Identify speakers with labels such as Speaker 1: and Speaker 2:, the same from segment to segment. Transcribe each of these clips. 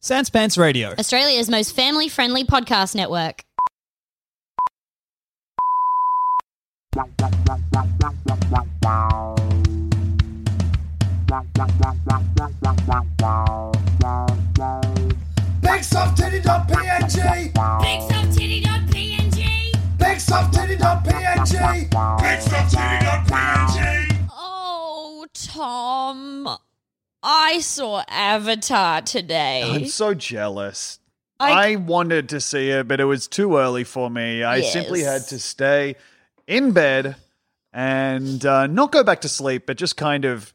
Speaker 1: Sans Pants Radio.
Speaker 2: Australia's most family friendly podcast network.
Speaker 3: BigSoftTitty.png
Speaker 4: BigSoftTitty.png.
Speaker 3: BigSoftTitty.png BigSoftTitty.png
Speaker 4: Oh, Tom. I saw Avatar
Speaker 5: I'm
Speaker 4: today.
Speaker 5: so jealous.
Speaker 4: I-
Speaker 5: I, wanted to see it, but it was too early for me. I simply
Speaker 4: Yes.
Speaker 5: had to stay in bed and uh, not go back to sleep, but just kind of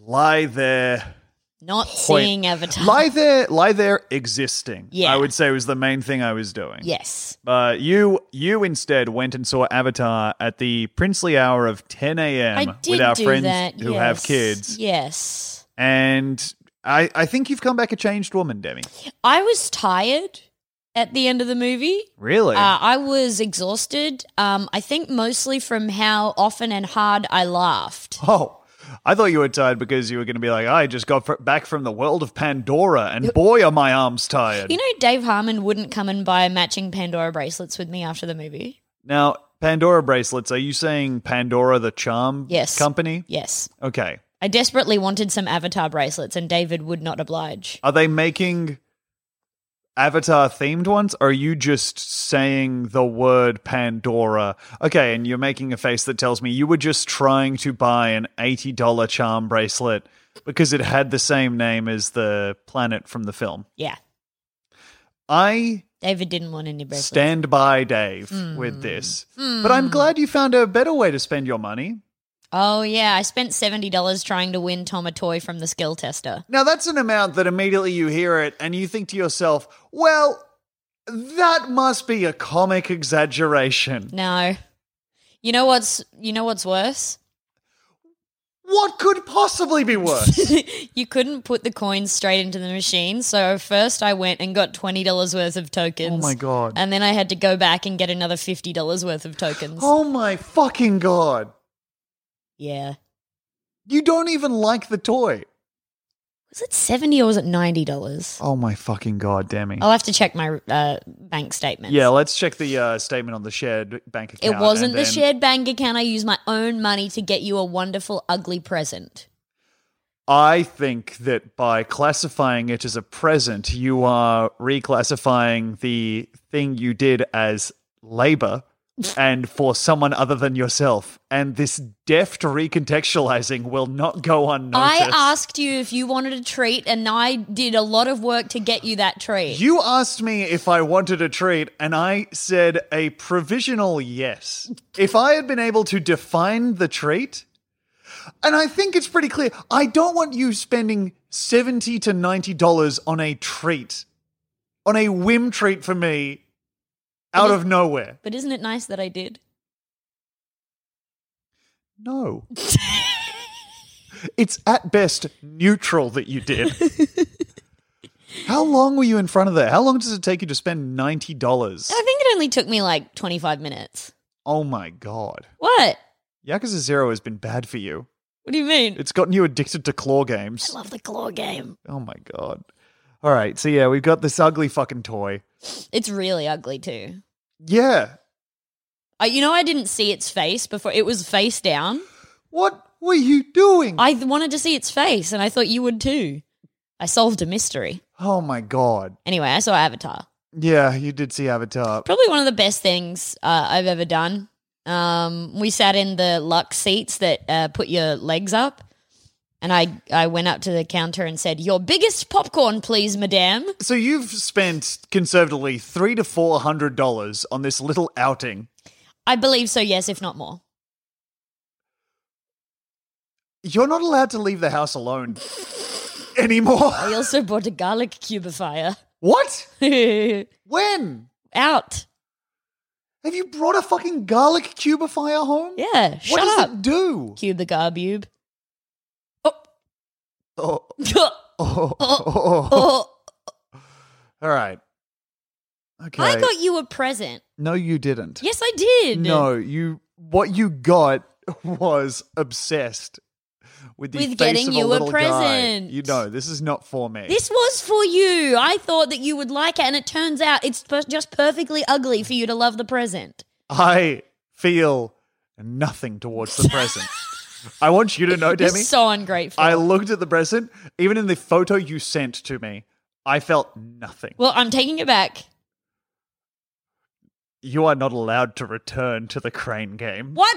Speaker 5: lie there.
Speaker 2: Not
Speaker 5: Point.
Speaker 2: seeing Avatar.
Speaker 5: Lie there, lie there existing.
Speaker 2: Yeah.
Speaker 5: I would say was the main thing I was doing.
Speaker 2: Yes.
Speaker 5: But you you instead went and saw Avatar at the princely hour of 10
Speaker 4: I
Speaker 5: a.m.
Speaker 4: did
Speaker 5: with our
Speaker 4: do
Speaker 5: friends
Speaker 4: that.
Speaker 5: who
Speaker 4: yes.
Speaker 5: have kids.
Speaker 4: Yes.
Speaker 5: And I, I think you've come back a changed woman, Demi.
Speaker 4: I was tired at the end of the movie.
Speaker 5: Really?
Speaker 4: Uh, I was exhausted. Um, I think mostly from how often and hard I laughed.
Speaker 5: Oh, I thought you were tired because you were going to be like, I just got fr- back from the world of Pandora, and boy, are my arms tired.
Speaker 4: You know, Dave Harmon wouldn't come and buy matching Pandora bracelets with me after the movie.
Speaker 5: now, Pandora bracelets, are you saying Pandora the Charm
Speaker 4: Yes.
Speaker 5: Company?
Speaker 4: Yes.
Speaker 5: Okay.
Speaker 4: I desperately wanted some Avatar bracelets, and David would not oblige.
Speaker 5: Are they making Avatar themed ones? Or are you just saying the word Pandora? Okay, and you're making a face that tells me you were just trying to buy an $80 charm bracelet because it had the same name as the planet from the film.
Speaker 4: Yeah.
Speaker 5: I
Speaker 4: David didn't want any bracelets.
Speaker 5: Stand by Dave with this. But I'm glad you found a better way to spend your money.
Speaker 4: oh, yeah. I spent $70 trying to win Tom a toy from the skill tester.
Speaker 5: Now, that's an amount that immediately you hear it and you think to yourself, well, that must be a comic exaggeration.
Speaker 4: No. You know what's you know what's worse?
Speaker 5: What could possibly be worse?
Speaker 4: You couldn't put the coins straight into the machine, so first I went and got twenty dollars worth of tokens.
Speaker 5: oh my god.
Speaker 4: And then I had to go back and get another fifty dollars worth of tokens.
Speaker 5: Oh my fucking god.
Speaker 4: Yeah.
Speaker 5: You don't even like the toy.
Speaker 4: Was it seventy or was it ninety dollars?
Speaker 5: Oh my fucking god, Demi.
Speaker 4: I'll have to check my uh, bank statement.
Speaker 5: Oh. Yeah, let's check the uh, statement on the shared bank account.
Speaker 4: It wasn't
Speaker 5: and
Speaker 4: the
Speaker 5: then-
Speaker 4: shared bank account. I used my own money to get you a wonderful, ugly present.
Speaker 5: I think that by classifying it as a present, you are reclassifying the thing you did as labor and for someone other than yourself. And this deft recontextualizing will not go unnoticed.
Speaker 4: I asked you if you wanted a treat, and I did a lot of work to get you that treat.
Speaker 5: You asked me if I wanted a treat, and I said a provisional yes. If I had been able to define the treat, and I think it's pretty clear, I don't want you spending seventy to ninety dollars on a treat, on a whim treat for me, out of nowhere.
Speaker 4: but isn't it nice that I did?
Speaker 5: No. It's at best neutral that you did. How long were you in front of that? How long does it take you to spend ninety dollars?
Speaker 4: I think it only took me like 25 minutes.
Speaker 5: Oh my god,
Speaker 4: What?
Speaker 5: Yakuza Zero has been bad for you.
Speaker 4: What do you mean?
Speaker 5: It's gotten you addicted to claw games.
Speaker 4: I love the claw game.
Speaker 5: Oh my god. All right, so yeah, we've got this ugly fucking toy.
Speaker 4: It's really ugly too.
Speaker 5: Yeah.
Speaker 4: I, you know, I didn't see its face before. It was face down.
Speaker 5: What were you doing?
Speaker 4: I th- wanted to see its face, and I thought you would too. I solved a mystery.
Speaker 5: oh my god.
Speaker 4: Anyway, I saw Avatar.
Speaker 5: Yeah, you did see Avatar.
Speaker 4: Probably one of the best things uh, I've ever done. Um, we sat in the luck seats that uh, put your legs up, and I I went up to the counter and said, "Your biggest popcorn, please, madame."
Speaker 5: So you've spent conservatively three to four hundred dollars on this little outing.
Speaker 4: I believe so. Yes, if not more.
Speaker 5: You're not allowed to leave the house alone anymore.
Speaker 4: I also bought a garlic cubifier.
Speaker 5: What? When?
Speaker 4: Out.
Speaker 5: Have you brought a fucking garlic cubifier home?
Speaker 4: Yeah. Shut
Speaker 5: what does
Speaker 4: up.
Speaker 5: it do?
Speaker 4: Cube the garbube. oh,
Speaker 5: Oh, oh,
Speaker 4: Oh,
Speaker 5: oh, oh.
Speaker 4: oh.
Speaker 5: All right. Okay.
Speaker 4: I got you a present.
Speaker 5: no, you didn't.
Speaker 4: Yes, I did.
Speaker 5: No, you. What you got was obsessed with the
Speaker 4: With
Speaker 5: face
Speaker 4: getting
Speaker 5: of
Speaker 4: you a
Speaker 5: little guy.
Speaker 4: present.
Speaker 5: You know, this is not for me.
Speaker 4: This was for you. I thought that you would like it, and it turns out it's per- just perfectly ugly for you to love the present.
Speaker 5: I feel nothing towards the present. I want you to know,
Speaker 4: You're
Speaker 5: Demi.
Speaker 4: so ungrateful.
Speaker 5: I looked at the present. Even in the photo you sent to me, I felt nothing.
Speaker 4: well, I'm taking it back.
Speaker 5: You are not allowed to return to the crane game.
Speaker 4: What?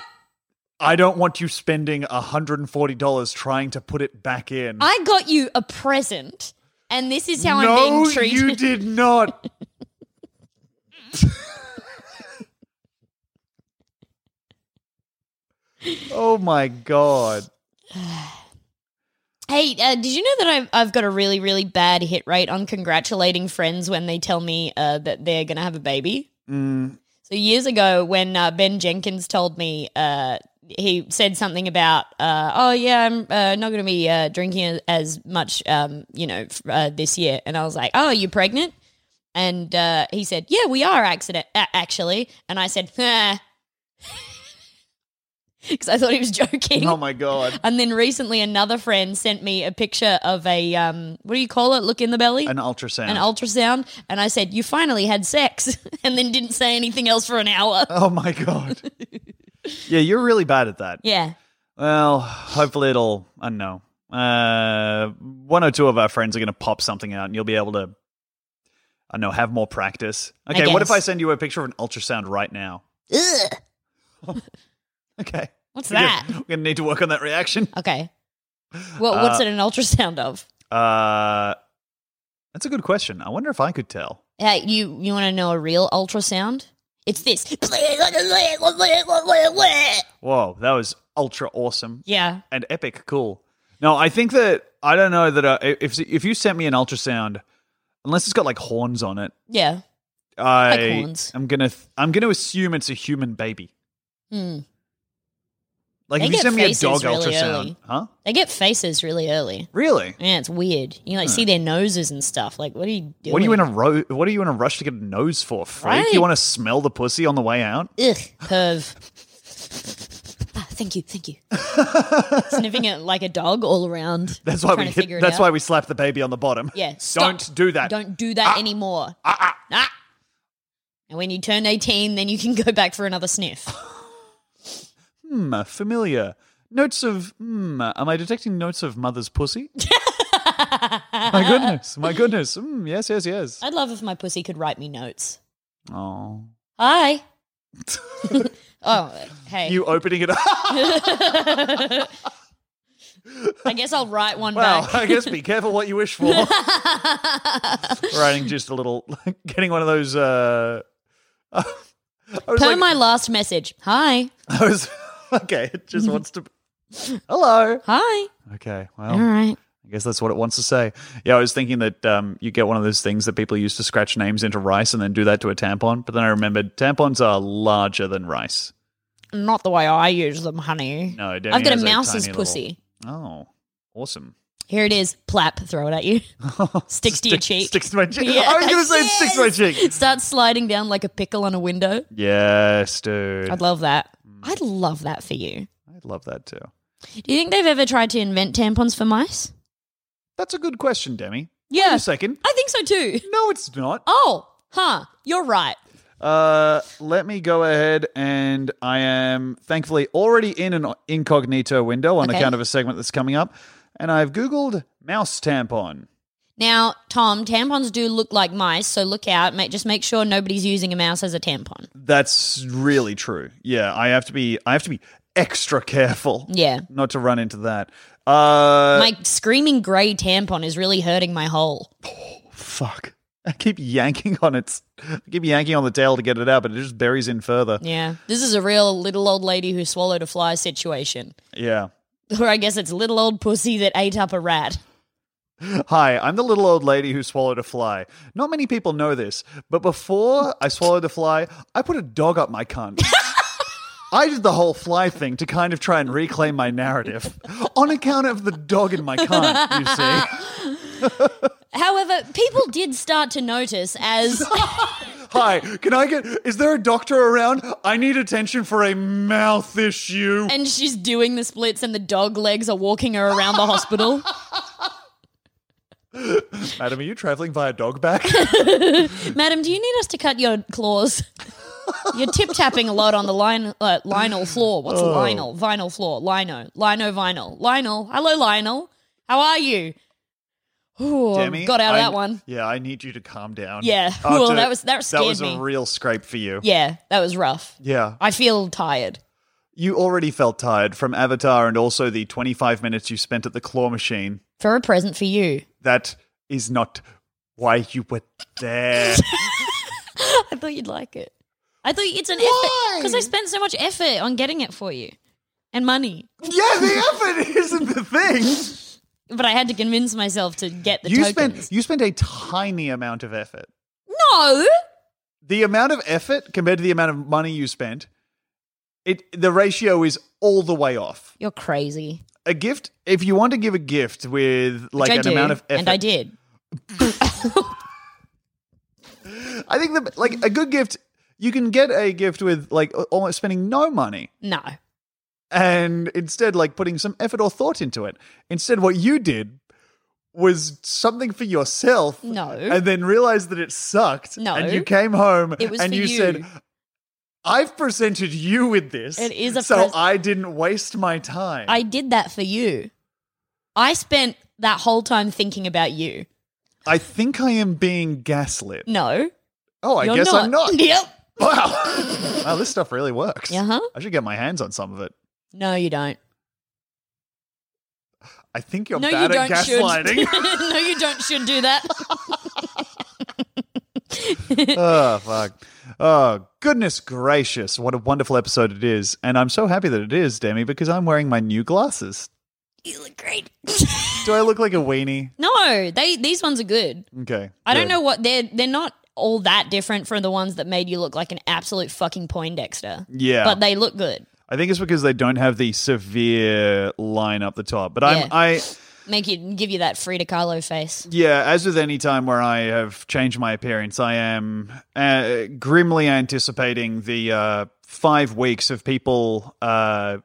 Speaker 5: I don't want you spending $140 trying to put it back in.
Speaker 4: I got you a present, and this is how
Speaker 5: no,
Speaker 4: I'm being treated.
Speaker 5: you did not. oh my god.
Speaker 4: Hey, uh, did you know that I've, I've got a really, really bad hit rate on congratulating friends when they tell me uh, that they're going to have a baby?
Speaker 5: Mm,
Speaker 4: So years ago, when uh, Ben Jenkins told me, uh, he said something about, uh, "Oh yeah, I'm uh, not going to be uh, drinking as much, um, you know, f- uh, this year." And I was like, "Oh, you're pregnant?" And uh, he said, "Yeah, we are accident uh, actually." And I said, "Because I thought he was joking."
Speaker 5: oh my god.
Speaker 4: and then recently, another friend sent me a picture of a um, what do you call it? Look in the belly.
Speaker 5: An ultrasound.
Speaker 4: an ultrasound, and I said, "You finally had sex," and then didn't say anything else for an hour.
Speaker 5: oh my god. yeah, you're really bad at that.
Speaker 4: Yeah.
Speaker 5: Well, hopefully it'll. I don't know. Uh, one or two of our friends are going to pop something out, and you'll be able to. I don't know. Have more practice.
Speaker 4: I
Speaker 5: Okay. What if
Speaker 4: guess.
Speaker 5: I send you a picture of an ultrasound right now?
Speaker 4: Ugh,
Speaker 5: Okay.
Speaker 4: what's
Speaker 5: We're
Speaker 4: that?
Speaker 5: gonna- We're going to need to work on that reaction.
Speaker 4: Okay. What, what's
Speaker 5: Uh,
Speaker 4: it an ultrasound of?
Speaker 5: Uh, that's a good question. I wonder if I could tell.
Speaker 4: Uh, you you want to know a real ultrasound? It's this.
Speaker 5: Whoa, that was ultra awesome
Speaker 4: Yeah.
Speaker 5: and epic. Cool. No, I think that I don't know that uh, if if you sent me an ultrasound, unless it's got like horns on it,
Speaker 4: Yeah.
Speaker 5: I
Speaker 4: horns.
Speaker 5: I'm gonna th- I'm gonna assume it's a human baby.
Speaker 4: Hmm.
Speaker 5: Like
Speaker 4: They
Speaker 5: if you
Speaker 4: get
Speaker 5: send me a
Speaker 4: faces
Speaker 5: dog
Speaker 4: really
Speaker 5: ultrasound,
Speaker 4: early.
Speaker 5: huh?
Speaker 4: They get faces really early.
Speaker 5: Really?
Speaker 4: Yeah, it's weird. You like see their noses and stuff. Like, what are you doing?
Speaker 5: Hmm. What are you in a ro- What are you in a rush to get a nose for, freak?
Speaker 4: Right.
Speaker 5: You want to smell the pussy on the way out?
Speaker 4: Ugh, perv. Ah, thank you, thank you. Sniffing it like a dog all around.
Speaker 5: That's why
Speaker 4: trying
Speaker 5: we
Speaker 4: to figure
Speaker 5: hit,
Speaker 4: it
Speaker 5: That's
Speaker 4: out.
Speaker 5: why we slap the baby on the bottom.
Speaker 4: Yeah, stop.
Speaker 5: Don't do that.
Speaker 4: Don't do that anymore. Ah, And when you turn 18, then you can go back for another sniff.
Speaker 5: Hmm, familiar. Notes of hmm. Am I detecting notes of mother's pussy? my goodness, my goodness. Hmm, yes, yes, yes.
Speaker 4: I'd love if my pussy could write me notes.
Speaker 5: Oh,
Speaker 4: Hi. oh, hey.
Speaker 5: you opening it up?
Speaker 4: I guess I'll write one
Speaker 5: Well,
Speaker 4: back.
Speaker 5: I guess be careful what you wish for. Writing just a little, getting one of those. Uh, I was
Speaker 4: Per
Speaker 5: like,
Speaker 4: my last message. Hi.
Speaker 5: I was okay. It just wants to. Hello.
Speaker 4: Hi.
Speaker 5: Okay.
Speaker 4: All
Speaker 5: Well,
Speaker 4: right.
Speaker 5: I guess that's what it wants to say. Yeah, I was thinking that um, you get one of those things that people use to scratch names into rice and then do that to a tampon. But then I remembered tampons are larger than rice.
Speaker 4: Not the way I use them, honey.
Speaker 5: No, Demi
Speaker 4: I've got a
Speaker 5: has a
Speaker 4: mouse's
Speaker 5: tiny
Speaker 4: pussy.
Speaker 5: Oh, Awesome.
Speaker 4: Here it is. Plap. Throw it at you. sticks to your
Speaker 5: Stick-
Speaker 4: cheek.
Speaker 5: Sticks to my cheek. I was going to say it sticks to my cheek.
Speaker 4: Starts sliding down like a pickle on a window.
Speaker 5: Yes, dude.
Speaker 4: I'd love that.
Speaker 5: Mm.
Speaker 4: I'd love that for you.
Speaker 5: I'd love that too.
Speaker 4: Do you think they've ever tried to invent tampons for mice?
Speaker 5: That's a good question, Demi. Wait
Speaker 4: Yeah.
Speaker 5: a second.
Speaker 4: I think so too.
Speaker 5: No, it's not.
Speaker 4: Oh, huh. You're right.
Speaker 5: Uh, let me go ahead and I am thankfully already in an incognito window on
Speaker 4: Okay.
Speaker 5: account of a segment that's coming up. And I've Googled mouse tampon.
Speaker 4: Now, Tom, tampons do look like mice, so look out. Make, just make sure nobody's using a mouse as a tampon.
Speaker 5: That's really true. Yeah, I have to be I have to be extra careful
Speaker 4: Yeah.
Speaker 5: not to run into that. Uh
Speaker 4: my screaming grey tampon is really hurting my hole.
Speaker 5: fuck. I keep yanking on its I keep yanking on the tail to get it out, but it just buries in further.
Speaker 4: Yeah. This is a real little old lady who swallowed a fly situation.
Speaker 5: Yeah.
Speaker 4: Or I guess it's little old pussy that ate up a rat.
Speaker 5: Hi, I'm the little old lady who swallowed a fly. Not many people know this, but before I swallowed a fly, I put a dog up my cunt. I did the whole fly thing to kind of try and reclaim my narrative on account of the dog in my cunt, you see.
Speaker 4: However, people did start to notice as
Speaker 5: Hi, can I get. Is there a doctor around? I need attention for a mouth issue.
Speaker 4: and she's doing the splits and the dog legs are walking her around the hospital.
Speaker 5: Madam, are you traveling via dog back?
Speaker 4: Madam, do you need us to cut your claws? You're tip tapping a lot on the line, uh, Lionel floor. What's Lionel? Vinyl floor. Lino. Lino vinyl. Lionel. Hello, Lionel. How are you? Ooh,
Speaker 5: Demi,
Speaker 4: got out of
Speaker 5: I-
Speaker 4: that one.
Speaker 5: Yeah, I need you to calm down.
Speaker 4: Yeah.
Speaker 5: After-
Speaker 4: Well, that was- that
Speaker 5: That was
Speaker 4: scared
Speaker 5: a
Speaker 4: me.
Speaker 5: real scrape for you.
Speaker 4: Yeah, that was rough.
Speaker 5: Yeah.
Speaker 4: I feel tired.
Speaker 5: You already felt tired from Avatar and also the 25 minutes you spent at the claw machine.
Speaker 4: For a present for you.
Speaker 5: That is not why you were there.
Speaker 4: I thought you'd like it. I thought it's an effort because I spent so much effort on getting it for you and money.
Speaker 5: yeah, the effort isn't the thing.
Speaker 4: But I had to convince myself to get the
Speaker 5: you
Speaker 4: tokens.
Speaker 5: spent you spent a tiny amount of effort.
Speaker 4: no,
Speaker 5: The amount of effort compared to the amount of money you spent, it the ratio is all the way off.
Speaker 4: you're crazy.
Speaker 5: A gift, if you want to give a gift with like
Speaker 4: Which I
Speaker 5: an
Speaker 4: do,
Speaker 5: amount of effort,
Speaker 4: and I did.
Speaker 5: I think that like a good gift, you can get a gift with like almost spending no money.
Speaker 4: No,
Speaker 5: and instead like putting some effort or thought into it. Instead, what you did was something for yourself.
Speaker 4: No.
Speaker 5: And then realized that it sucked.
Speaker 4: No.
Speaker 5: And you came home
Speaker 4: It was
Speaker 5: and
Speaker 4: for
Speaker 5: you,
Speaker 4: you.
Speaker 5: said, I've presented you with this.
Speaker 4: It is a
Speaker 5: so
Speaker 4: pres-
Speaker 5: I didn't waste my time.
Speaker 4: I did that for you. I spent that whole time thinking about you.
Speaker 5: I think I am being gaslit.
Speaker 4: No,
Speaker 5: Oh, I
Speaker 4: you're
Speaker 5: guess
Speaker 4: not.
Speaker 5: I'm not.
Speaker 4: Yep.
Speaker 5: Wow. wow, this stuff really works.
Speaker 4: Uh-huh.
Speaker 5: I should get my hands on some of it.
Speaker 4: No, you don't.
Speaker 5: I think you're
Speaker 4: no,
Speaker 5: bad
Speaker 4: you
Speaker 5: at
Speaker 4: don't.
Speaker 5: gaslighting.
Speaker 4: Should. no, you don't. Should do that.
Speaker 5: oh fuck. Oh goodness gracious, what a wonderful episode it is. And I'm so happy that it is, Demi, because I'm wearing my new glasses.
Speaker 4: you look great.
Speaker 5: Do I look like a weenie?
Speaker 4: no, they these ones are good.
Speaker 5: Okay.
Speaker 4: I don't
Speaker 5: good.
Speaker 4: know what they're they're not all that different from the ones that made you look like an absolute fucking Poindexter.
Speaker 5: Yeah.
Speaker 4: But they look good.
Speaker 5: I think it's because they don't have the severe line up the top. But I'm
Speaker 4: Yeah.
Speaker 5: I
Speaker 4: Make you give you that Frida Kahlo face.
Speaker 5: yeah, as with any time where I have changed my appearance, I am uh, grimly anticipating the uh, five weeks of people uh,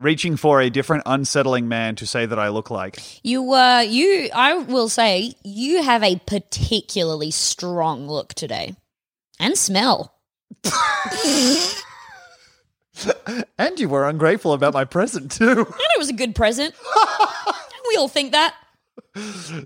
Speaker 5: reaching for a different unsettling man to say that I look like.
Speaker 4: You uh you I will say you have a particularly strong look today. And smell.
Speaker 5: And you were ungrateful about my present too.
Speaker 4: And it was a good present. we all think that.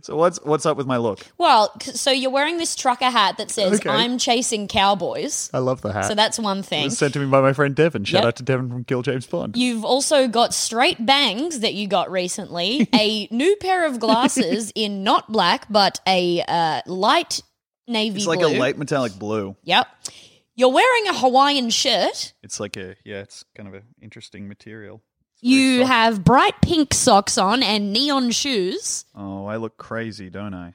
Speaker 5: So what's what's up with my look?
Speaker 4: Well, c- so you're wearing this trucker hat that says
Speaker 5: Okay. Uh,
Speaker 4: I'm chasing cowboys.
Speaker 5: I love the hat.
Speaker 4: So that's one
Speaker 5: it
Speaker 4: thing.
Speaker 5: was sent to me by my friend Devin. Shout
Speaker 4: Yep.
Speaker 5: out to Devin from Kill James Bond.
Speaker 4: You've also got straight bangs that you got recently, a new pair of glasses in not black but a uh, light navy
Speaker 5: it's like
Speaker 4: blue.
Speaker 5: a light metallic blue.
Speaker 4: Yep. You're wearing a Hawaiian shirt.
Speaker 5: It's like a yeah. It's kind of an interesting material.
Speaker 4: You have bright pink socks on and neon shoes.
Speaker 5: Oh, I look crazy, don't I?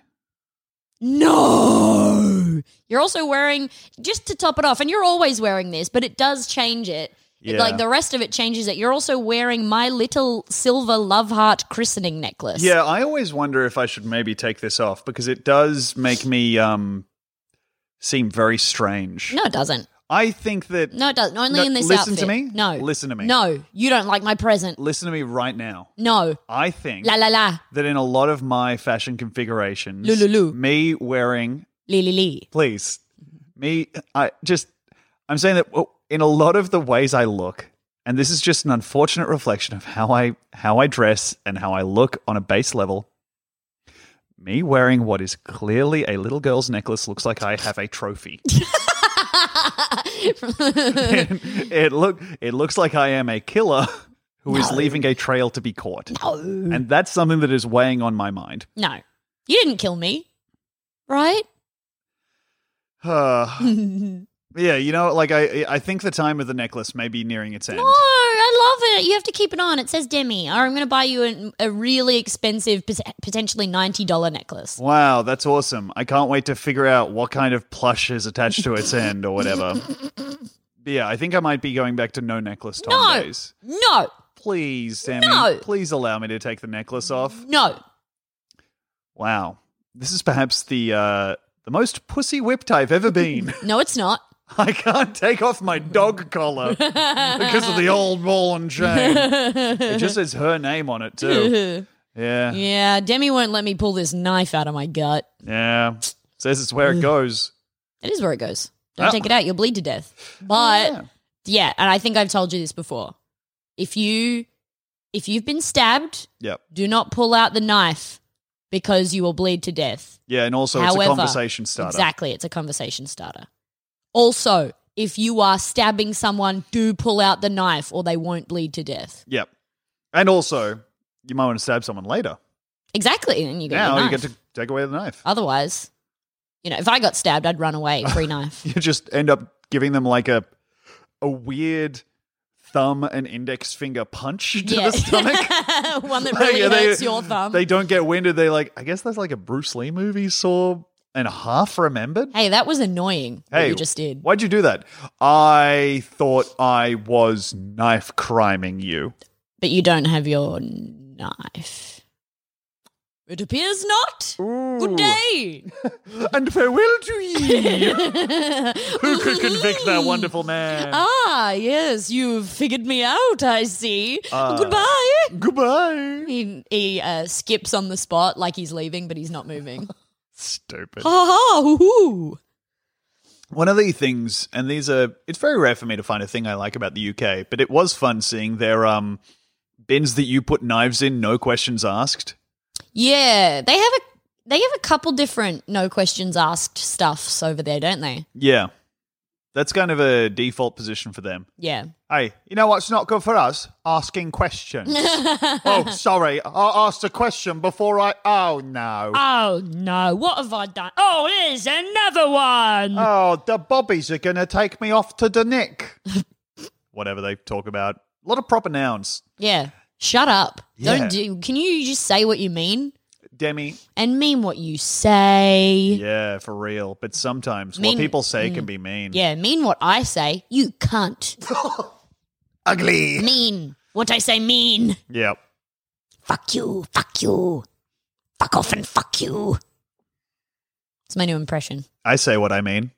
Speaker 4: No. You're also wearing just to top it off and you're always wearing this, but it does change it.
Speaker 5: Yeah.
Speaker 4: Like the rest of it changes it. You're also wearing my little silver love heart christening necklace.
Speaker 5: Yeah, I always wonder if I should maybe take this off because it does make me um seem very strange.
Speaker 4: No, it doesn't.
Speaker 5: I think that
Speaker 4: No, it doesn't. Only
Speaker 5: No,
Speaker 4: in this
Speaker 5: listen to
Speaker 4: outfit.
Speaker 5: me.
Speaker 4: No.
Speaker 5: Listen to me.
Speaker 4: No, you don't like my present.
Speaker 5: listen to me right now.
Speaker 4: No.
Speaker 5: I think
Speaker 4: La la la.
Speaker 5: that in a lot of my fashion configurations,
Speaker 4: Lululu.
Speaker 5: me wearing
Speaker 4: Lee lee lee.
Speaker 5: please me I just I'm saying that well, in a lot of the ways I look, and this is just an unfortunate reflection of how I how I dress and how I look on a base level. Me wearing what is clearly a little girl's necklace looks like I have a trophy. it look it looks like I am a killer who is leaving a trail to be caught. And that's something that is weighing on my mind.
Speaker 4: No. You didn't kill me. Right?
Speaker 5: Uh, yeah, you know, like I I think the time of the necklace may be nearing its end.
Speaker 4: No, I love it. You have to keep it on. It says Demi. Or I'm going to buy you an, a really expensive, pot- potentially $90 necklace.
Speaker 5: Wow, that's awesome. I can't wait to figure out what kind of plush is attached to its end or whatever. yeah, I think I might be going back to no necklace Tom
Speaker 4: No.
Speaker 5: days.
Speaker 4: No,
Speaker 5: Please, Sammy,
Speaker 4: No.
Speaker 5: please allow me to take the necklace off.
Speaker 4: no.
Speaker 5: Wow. This is perhaps the uh the most pussy whipped I've ever been.
Speaker 4: No, it's not.
Speaker 5: I can't take off my dog collar because of the old ball and chain. It just says her name on it too. Yeah.
Speaker 4: Yeah, Demi won't let me pull this knife out of my gut.
Speaker 5: Yeah. Says it's where it goes.
Speaker 4: It is where it goes. Don't
Speaker 5: Oh.
Speaker 4: take it out, you'll bleed to death. But
Speaker 5: Yeah.
Speaker 4: yeah. and I think I've told you this before. If you if you've been stabbed,
Speaker 5: Yep.
Speaker 4: do not pull out the knife because you will bleed to death.
Speaker 5: Yeah, and also it's a
Speaker 4: However-
Speaker 5: conversation starter.
Speaker 4: Exactly, it's a conversation starter. Also, if you are stabbing someone, do pull out the knife or they won't bleed to death.
Speaker 5: Yep. And also, you might want to stab someone later.
Speaker 4: Exactly, and you get
Speaker 5: now
Speaker 4: your
Speaker 5: you
Speaker 4: knife. Oh.
Speaker 5: get to take away the knife.
Speaker 4: Otherwise, you know, if I got stabbed, I'd run away, free knife.
Speaker 5: You just end up giving them like a a weird thumb and index finger punch to the stomach.
Speaker 4: One that
Speaker 5: Like,
Speaker 4: really
Speaker 5: yeah, they-
Speaker 4: hurts your thumb.
Speaker 5: They don't get winded. They like, I guess that's like a Bruce Lee movie saw and half remembered.
Speaker 4: hey, that was annoying. Hey,
Speaker 5: Hey,
Speaker 4: what you just did.
Speaker 5: Why'd you do that? I thought I was knife criming you.
Speaker 4: But you don't have your knife. It appears not. Good day.
Speaker 5: And farewell to ye. Who could convict that wonderful man?
Speaker 4: Ah, yes, you've figured me out, I see.
Speaker 5: Uh.
Speaker 4: Goodbye.
Speaker 5: Goodbye.
Speaker 4: He, he uh, skips on the spot like he's leaving, but he's not moving.
Speaker 5: Stupid.
Speaker 4: ha ha, hoo hoo.
Speaker 5: One of the things, and these are, it's very rare for me to find a thing I like about the UK, but it was fun seeing their um bins that you put knives in, no questions asked.
Speaker 4: Yeah, they have a they have a couple different no questions asked stuffs over there, don't they?
Speaker 5: Yeah, that's kind of a default position for them.
Speaker 4: Yeah.
Speaker 5: Hey, you know what's not good for us? Asking questions. oh, sorry, I asked a question before I. Oh no.
Speaker 4: Oh no, what have I done? Oh, here's another one.
Speaker 5: Oh, the bobbies are gonna take me off to the nick. Whatever they talk about, a lot of proper nouns.
Speaker 4: yeah. Shut up.
Speaker 5: Yeah.
Speaker 4: Don't do Can you just say what you mean
Speaker 5: Demi,
Speaker 4: and mean what you say?
Speaker 5: Yeah, Mm. for real. But sometimes
Speaker 4: Mean-
Speaker 5: what people say can be mean.
Speaker 4: Yeah, mean what I say. You cunt.
Speaker 5: Ugly.
Speaker 4: mean what I say mean.
Speaker 5: Yep.
Speaker 4: Fuck you. Fuck you. Fuck off and fuck you. It's my new impression.
Speaker 5: I say what I mean.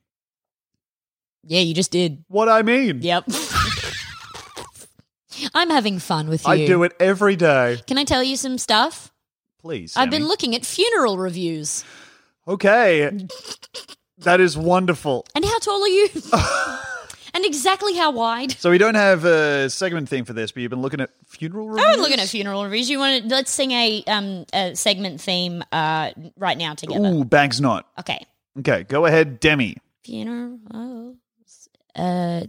Speaker 4: Yeah, you just did.
Speaker 5: What I mean.
Speaker 4: Yep. I'm having fun with you.
Speaker 5: I do it every day.
Speaker 4: Can I tell you some stuff?
Speaker 5: Please.
Speaker 4: I've been
Speaker 5: Sammy.
Speaker 4: looking at funeral reviews.
Speaker 5: Okay. that is wonderful.
Speaker 4: And how tall are you? and exactly how wide?
Speaker 5: So we don't have a segment theme for this, but you've been looking at funeral reviews.
Speaker 4: I was looking at funeral reviews. You want to let's sing a um a segment theme uh right now together.
Speaker 5: Ooh, bags not.
Speaker 4: Okay.
Speaker 5: Okay, go ahead, Demi.
Speaker 4: Funerals. Uh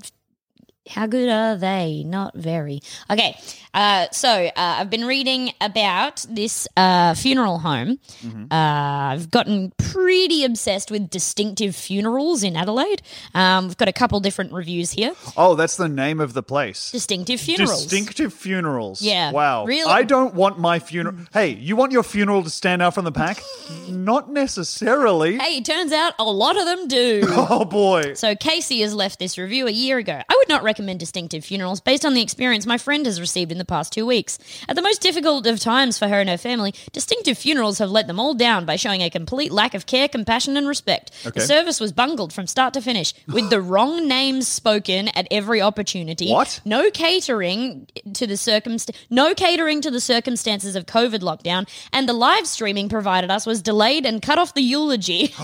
Speaker 4: how good are they? Not very. Okay. Uh so uh, I've been reading about this uh funeral home.
Speaker 5: Mm-hmm.
Speaker 4: Uh, I've gotten pretty obsessed with distinctive funerals in Adelaide. Um, we've got a couple different reviews here.
Speaker 5: Oh, that's the name of the place.
Speaker 4: Distinctive funerals.
Speaker 5: Distinctive funerals.
Speaker 4: Yeah,
Speaker 5: Wow.
Speaker 4: really-
Speaker 5: I don't want my funeral. Hey, you want your funeral to stand out from the pack? Not necessarily.
Speaker 4: Hey, it turns out a lot of them do.
Speaker 5: Oh boy.
Speaker 4: so Casey has left this review a year ago. I would not recommend distinctive funerals based on the experience my friend has received in the past two weeks. At the most difficult of times for her and her family, distinctive funerals have let them all down by showing a complete lack of care, compassion, and respect.
Speaker 5: Okay.
Speaker 4: The service was bungled from start to finish, with the wrong names spoken at every opportunity.
Speaker 5: What?
Speaker 4: No catering to the circumst- no catering to the circumstances of COVID lockdown, and the live streaming provided us was delayed and cut off the eulogy.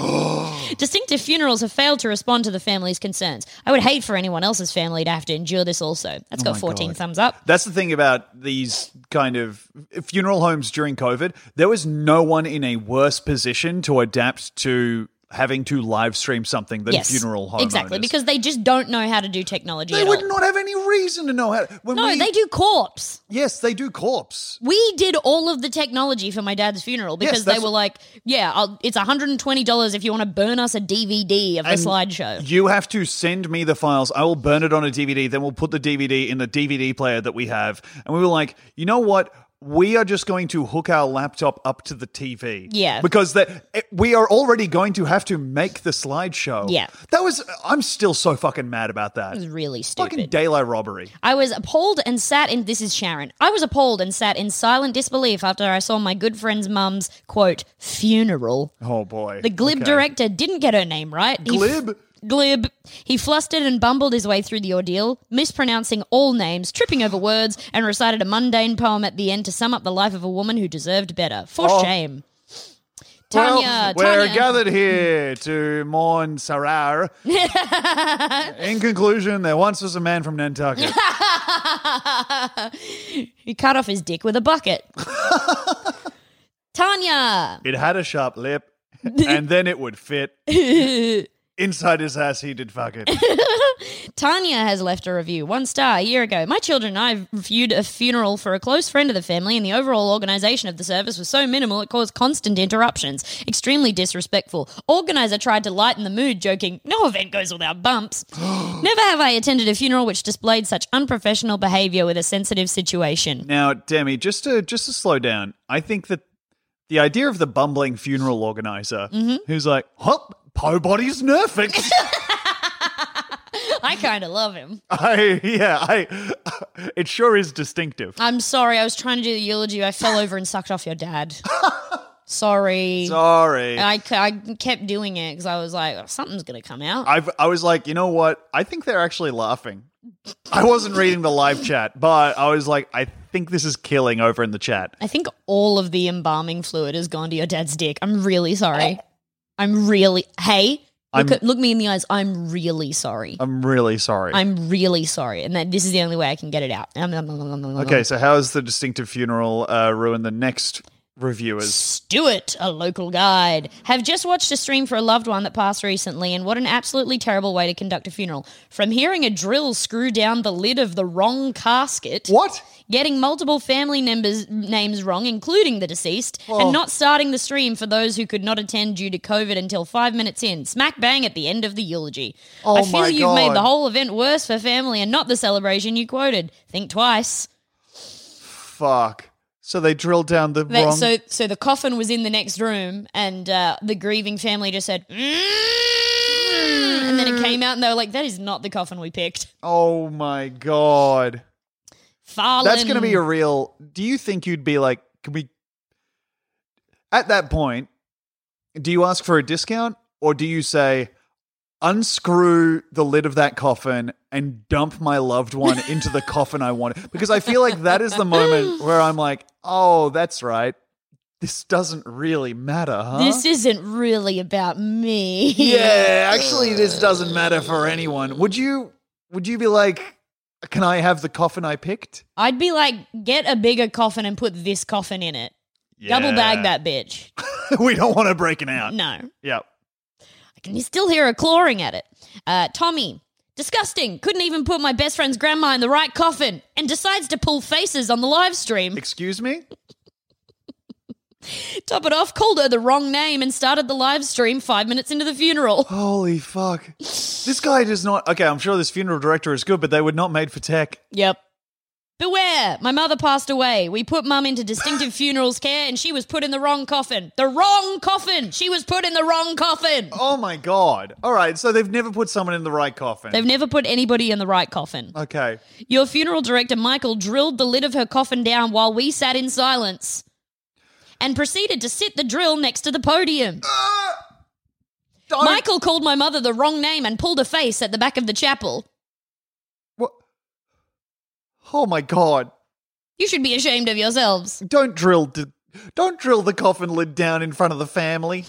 Speaker 4: Distinctive funerals have failed to respond to the family's concerns. I would hate for anyone else's family to have to endure this also.
Speaker 5: Oh
Speaker 4: That's got 14 thumbs up.
Speaker 5: That's the thing about these kind of funeral homes during COVID. There was no one in a worse position to adapt to having to live stream something than
Speaker 4: Yes.
Speaker 5: funeral homeowners.
Speaker 4: Exactly, because they just don't know how to do technology
Speaker 5: they
Speaker 4: at
Speaker 5: would
Speaker 4: all.
Speaker 5: not have any reason to know how. When
Speaker 4: No,
Speaker 5: we-
Speaker 4: they do corpse.
Speaker 5: Yes, they do corpse.
Speaker 4: We did all of the technology for my dad's funeral
Speaker 5: Yes,
Speaker 4: because they
Speaker 5: that's-
Speaker 4: were like, yeah, I'll, it's $120 if you want to burn us a DVD of the slideshow.
Speaker 5: You have to send me the files. I will burn it on a DVD. Then we'll put the DVD in the DVD player that we have. And we were like, you know what? We are just going to hook our laptop up to the TV.
Speaker 4: Yeah.
Speaker 5: Because that it- we are already going to have to make the slideshow.
Speaker 4: Yeah.
Speaker 5: That was. I'm still so fucking mad about that.
Speaker 4: It was really stupid.
Speaker 5: fucking daylight robbery.
Speaker 4: I was appalled and sat in this is Sharon. I was appalled and sat in silent disbelief after I saw my good friend's mum's quote funeral.
Speaker 5: Oh boy.
Speaker 4: The glib
Speaker 5: Okay.
Speaker 4: director didn't get her name right. He f-
Speaker 5: Glib.
Speaker 4: glib. He flustered and bumbled his way through the ordeal, mispronouncing all names, tripping over words, and recited a mundane poem at the end to sum up the life of a woman who deserved better. For shame.
Speaker 5: Oh. Well,
Speaker 4: Tanya,
Speaker 5: we're
Speaker 4: Tanya.
Speaker 5: gathered here to mourn Sarar. In conclusion, there once was a man from Nantucket.
Speaker 4: he cut off his dick with a bucket. Tanya.
Speaker 5: It had a sharp lip, and then it would fit. Inside his ass, he did fuck it.
Speaker 4: Tanya has left a review, one star, a year ago. My children and I viewed a funeral for a close friend of the family, and the overall organisation of the service was so minimal it caused constant interruptions. Extremely disrespectful. Organiser tried to lighten the mood, joking, No event goes without bumps. Never have I attended a funeral which displayed such unprofessional behaviour with a sensitive situation.
Speaker 5: Now, Demi, just to just to slow down, I think that the idea of the bumbling funeral organizer
Speaker 4: Mm-hmm.
Speaker 5: who's like, "Hop, po body's nerfix."
Speaker 4: I kind of love him.
Speaker 5: I yeah, I it sure is distinctive.
Speaker 4: I'm sorry, I was trying to do the eulogy. I fell over and sucked off your dad. Sorry.
Speaker 5: Sorry.
Speaker 4: I, I kept doing it because I was like, "Oh, something's going to come out.
Speaker 5: I've, I was like, you know what? I think they're actually laughing. I wasn't reading the live chat, but I was like, I think this is killing over in the chat.
Speaker 4: I think all of the embalming fluid has gone to your dad's dick. I'm really sorry. I'm really. Hey,
Speaker 5: Eh. I'm-
Speaker 4: look, at, look me in the eyes. I'm really sorry. I'm,
Speaker 5: I'm really sorry.
Speaker 4: really sorry. And that this is the only way I can get it out.
Speaker 5: Okay,
Speaker 4: Okay.
Speaker 5: so how has the distinctive funeral uh, ruined the next reviewers?
Speaker 4: Stuart, a local guide, have just watched a stream for a loved one that passed recently, and what an absolutely terrible way to conduct a funeral. From hearing a drill screw down the lid of the wrong casket.
Speaker 5: What?
Speaker 4: getting multiple family members names wrong, including the deceased,
Speaker 5: Oh.
Speaker 4: and not starting the stream for those who could not attend due to COVID until five minutes in, smack bang at the end of the eulogy.
Speaker 5: Oh
Speaker 4: I feel
Speaker 5: my
Speaker 4: you've
Speaker 5: God.
Speaker 4: made the whole event worse for family and not the celebration you quoted. Think twice.
Speaker 5: Fuck. So they drilled down the
Speaker 4: That-
Speaker 5: wrong.
Speaker 4: so, so the coffin was in the next room, and uh, the grieving family just said. "Mm," And then it came out, and they were like, "That is not the coffin we picked."
Speaker 5: oh my god.
Speaker 4: Farland.
Speaker 5: That's going to be a real. Do you think you'd be like, can we? At that point, do you ask for a discount or do you say, unscrew the lid of that coffin and dump my loved one into the coffin I wanted? Because I feel like that is the moment where I'm like, oh, that's right. This doesn't really matter, huh?
Speaker 4: This isn't really about me.
Speaker 5: yeah, actually, this doesn't matter for anyone. Would you? Would you be like, can I have the coffin I picked?
Speaker 4: I'd be like, get a bigger coffin and put this coffin in it. Double bag that bitch.
Speaker 5: we don't want to break it out.
Speaker 4: No.
Speaker 5: Yeah.
Speaker 4: I can still hear her clawing at it. Uh, Tommy, disgusting. Couldn't even put my best friend's grandma in the right coffin and decides to pull faces on the live stream.
Speaker 5: Excuse me?
Speaker 4: Top it off, called her the wrong name and started the live stream five minutes into the funeral.
Speaker 5: Holy fuck. This guy does not. Okay, I'm sure this funeral director is good, but they were not made for tech.
Speaker 4: Yep. Beware! My mother passed away. We put mum into distinctive funerals care and she was put in the wrong coffin. The wrong coffin! She was put in the wrong coffin!
Speaker 5: Oh my god. All right, so they've never put someone in the right coffin.
Speaker 4: They've never put anybody in the right coffin.
Speaker 5: okay.
Speaker 4: Your funeral director, Michael, drilled the lid of her coffin down while we sat in silence and proceeded to sit the drill next to the podium.
Speaker 5: Don't-
Speaker 4: Michael called my mother the wrong name and pulled a face at the back of the chapel.
Speaker 5: What? Oh my god.
Speaker 4: You should be ashamed of yourselves.
Speaker 5: Don't drill d- don't drill the coffin lid down in front of the family.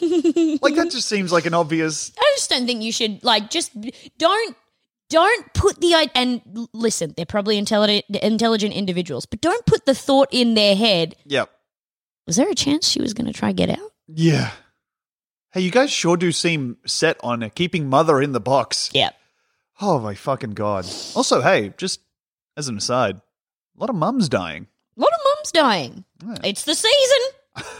Speaker 5: like that just seems like an obvious
Speaker 4: I just don't think you should like just don't don't put the i- and l- listen, they're probably intelligent intelligent individuals, but don't put the thought in their head.
Speaker 5: Yep.
Speaker 4: Was there a chance she was going to try get out?
Speaker 5: Yeah. Hey, you guys sure do seem set on keeping mother in the box.
Speaker 4: Yeah.
Speaker 5: Oh my fucking god. Also, hey, just as an aside, a lot of mums dying.
Speaker 4: A lot of mums dying. It's the season.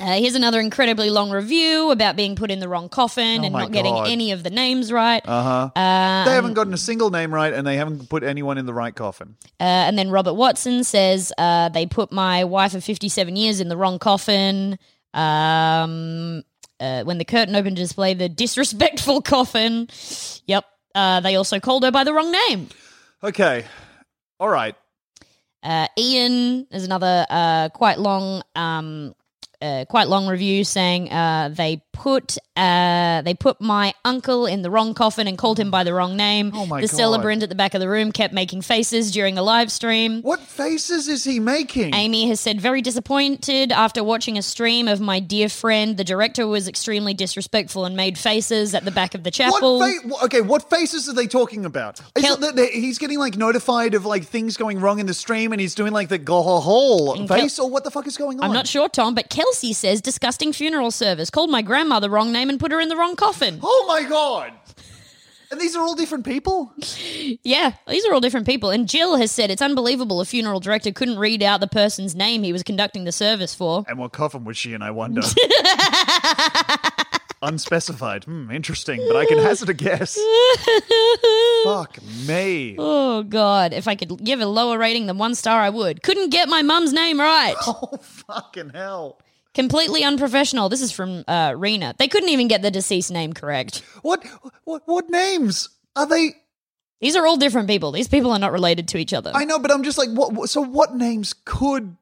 Speaker 4: Uh, here's another incredibly long review about being put in the wrong coffin
Speaker 5: Oh
Speaker 4: and
Speaker 5: my
Speaker 4: not getting
Speaker 5: God.
Speaker 4: any of the names right.
Speaker 5: Uh-huh.
Speaker 4: Uh,
Speaker 5: They haven't gotten a single name right and they haven't put anyone in the right coffin.
Speaker 4: Uh, and then Robert Watson says uh, they put my wife of 57 years in the wrong coffin. Um, uh, when the curtain opened to display the disrespectful coffin. Yep. Uh, they also called her by the wrong name.
Speaker 5: Okay. All right.
Speaker 4: Uh, Ian is another uh, quite long, um, uh, quite long review saying uh, they put uh, they put my uncle in the wrong coffin and called him by the wrong name.
Speaker 5: Oh my
Speaker 4: the
Speaker 5: God.
Speaker 4: celebrant at the back of the room kept making faces during the live stream.
Speaker 5: What faces is he making?
Speaker 4: Amy has said, very disappointed after watching a stream of my dear friend. The director was extremely disrespectful and made faces at the back of the
Speaker 5: What
Speaker 4: chapel.
Speaker 5: fa- wh- okay, what faces are they talking about? Is
Speaker 4: Kel-
Speaker 5: it that they- he's getting like notified of like things going wrong in the stream and he's doing like the gohol
Speaker 4: Kel-
Speaker 5: face or what the fuck is going on?
Speaker 4: I'm not sure, Tom, but Kelsey says, disgusting funeral service. Called my grandma the wrong name and put her in the wrong coffin.
Speaker 5: Oh my god. And these are all different people?
Speaker 4: Yeah, these are all different people. And Jill has said, it's unbelievable a funeral director couldn't read out the person's name he was conducting the service for.
Speaker 5: And what coffin was she in, I wonder? Unspecified. Hmm, interesting, but I can hazard a guess. Fuck me.
Speaker 4: Oh, God. If I could give a lower rating than one star, I would. Couldn't get my mum's name right.
Speaker 5: Oh, fucking hell.
Speaker 4: Completely unprofessional. This is from uh, Rena. They couldn't even get the deceased name correct.
Speaker 5: What, what, what names? Are they?
Speaker 4: These are all different people. These people are not related to each other.
Speaker 5: I know, but I'm just like, what, what? So, what names could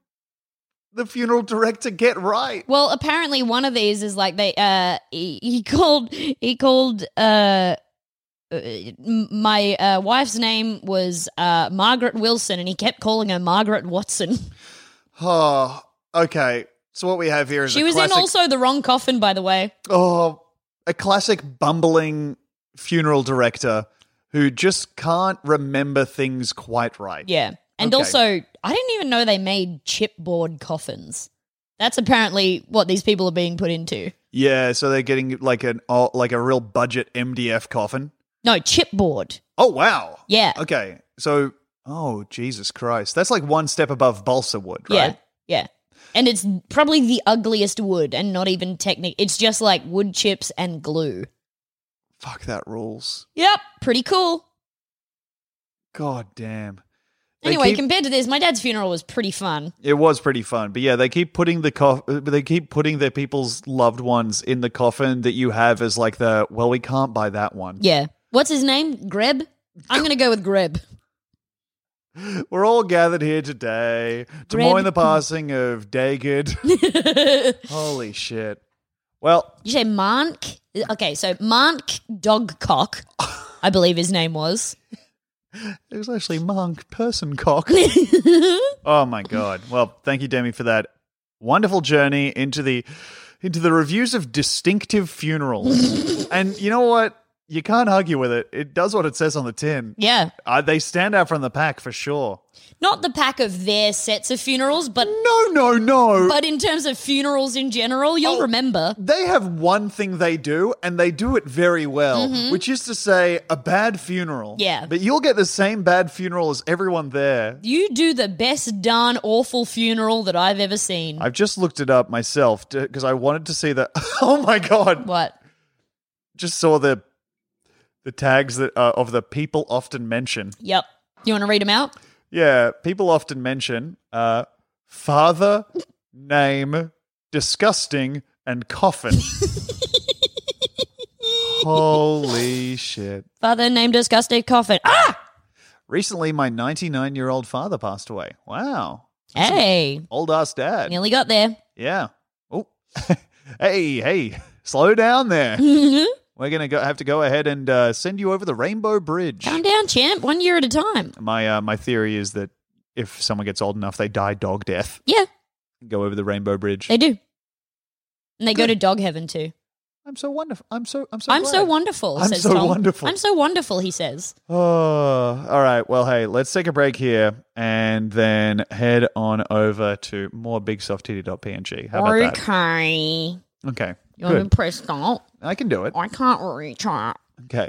Speaker 5: the funeral director get right?
Speaker 4: well, apparently one of these is like they uh he, he called he called uh uh, m- my uh, wife's name was uh, Margaret Wilson, and he kept calling her Margaret Watson.
Speaker 5: Oh, okay. So, what we have here is
Speaker 4: She
Speaker 5: a
Speaker 4: was
Speaker 5: classic,
Speaker 4: in also the wrong coffin, by the way.
Speaker 5: oh, a classic bumbling funeral director who just can't remember things quite right.
Speaker 4: Yeah, and
Speaker 5: Okay.
Speaker 4: also I didn't even know they made chipboard coffins. That's apparently what these people are being put into.
Speaker 5: Yeah, so they're getting like an oh, like a real budget MDF coffin.
Speaker 4: No, chipboard.
Speaker 5: Oh wow.
Speaker 4: Yeah.
Speaker 5: Okay. So oh Jesus Christ. That's like one step above balsa wood, right?
Speaker 4: Yeah. Yeah. And it's probably the ugliest wood and not even technique. It's just like wood chips and glue.
Speaker 5: Fuck that rules.
Speaker 4: Yep. Pretty cool.
Speaker 5: God damn. They
Speaker 4: Anyway,
Speaker 5: keep-
Speaker 4: compared to this, my dad's funeral was pretty fun.
Speaker 5: it was pretty fun. But yeah, they keep putting the cof- uh, they keep putting their people's loved ones in the coffin that you have as like the well we can't buy that one.
Speaker 4: Yeah. What's his name? Greb? I'm going to go with Greb.
Speaker 5: We're all gathered here today to
Speaker 4: Bread-
Speaker 5: mourn the passing of Dagod. Holy shit. Well,
Speaker 4: You say Mark? Okay, so Mark Dogcock, I believe his name was.
Speaker 5: It was actually Monk Person Cock. oh my god. Well, thank you, Demi, for that wonderful journey into the into the reviews of distinctive funerals. and you know what? You can't argue with it. It does what it says on the tin.
Speaker 4: Yeah.
Speaker 5: Uh, they stand out from the pack for sure.
Speaker 4: Not the pack of their sets of funerals, but
Speaker 5: No, no, no.
Speaker 4: but in terms of funerals in general,
Speaker 5: Oh.
Speaker 4: you'll remember.
Speaker 5: they have one thing they do, and they do it very well, which is to say, a bad funeral.
Speaker 4: Mm-hmm. Yeah. Mm-hmm.
Speaker 5: But you'll get the same bad funeral as everyone there.
Speaker 4: You do the best darn awful funeral that I've ever seen.
Speaker 5: I've just looked it up myself because I wanted to see the. Oh my god!
Speaker 4: what?
Speaker 5: Just saw the the tags that uh, of the people often mention.
Speaker 4: Yep. You want to read them out?
Speaker 5: Yeah, people often mention uh, father, name, disgusting, and coffin. Holy shit.
Speaker 4: Father named disgusting coffin. Ah,
Speaker 5: Recently, my 99 year old father passed away. Wow.
Speaker 4: hey,
Speaker 5: Old ass dad.
Speaker 4: nearly got there.
Speaker 5: Yeah. Oh, hey, hey, slow down there. We're going to go, have to go ahead and uh, send you over the Rainbow Bridge.
Speaker 4: Calm down, champ. One year at a time.
Speaker 5: My, uh, my theory is that if someone gets old enough, they die dog death.
Speaker 4: Yeah,
Speaker 5: Go over the Rainbow Bridge.
Speaker 4: they do. And they go to dog heaven too.
Speaker 5: I'm so wonderful. I'm so, I'm so,
Speaker 4: I'm so
Speaker 5: glad.
Speaker 4: wonderful.
Speaker 5: I'm
Speaker 4: says
Speaker 5: so
Speaker 4: Tom.
Speaker 5: wonderful.
Speaker 4: I'm so wonderful. He says.
Speaker 5: Oh, all right. Well, hey, let's take a break here and then head on over to more bigsofttitty.png. How about that?
Speaker 4: okay.
Speaker 5: Okay.
Speaker 4: You're
Speaker 5: Good.
Speaker 4: impressed, Scott.
Speaker 5: I can do it.
Speaker 4: I can't reach out.
Speaker 5: Okay.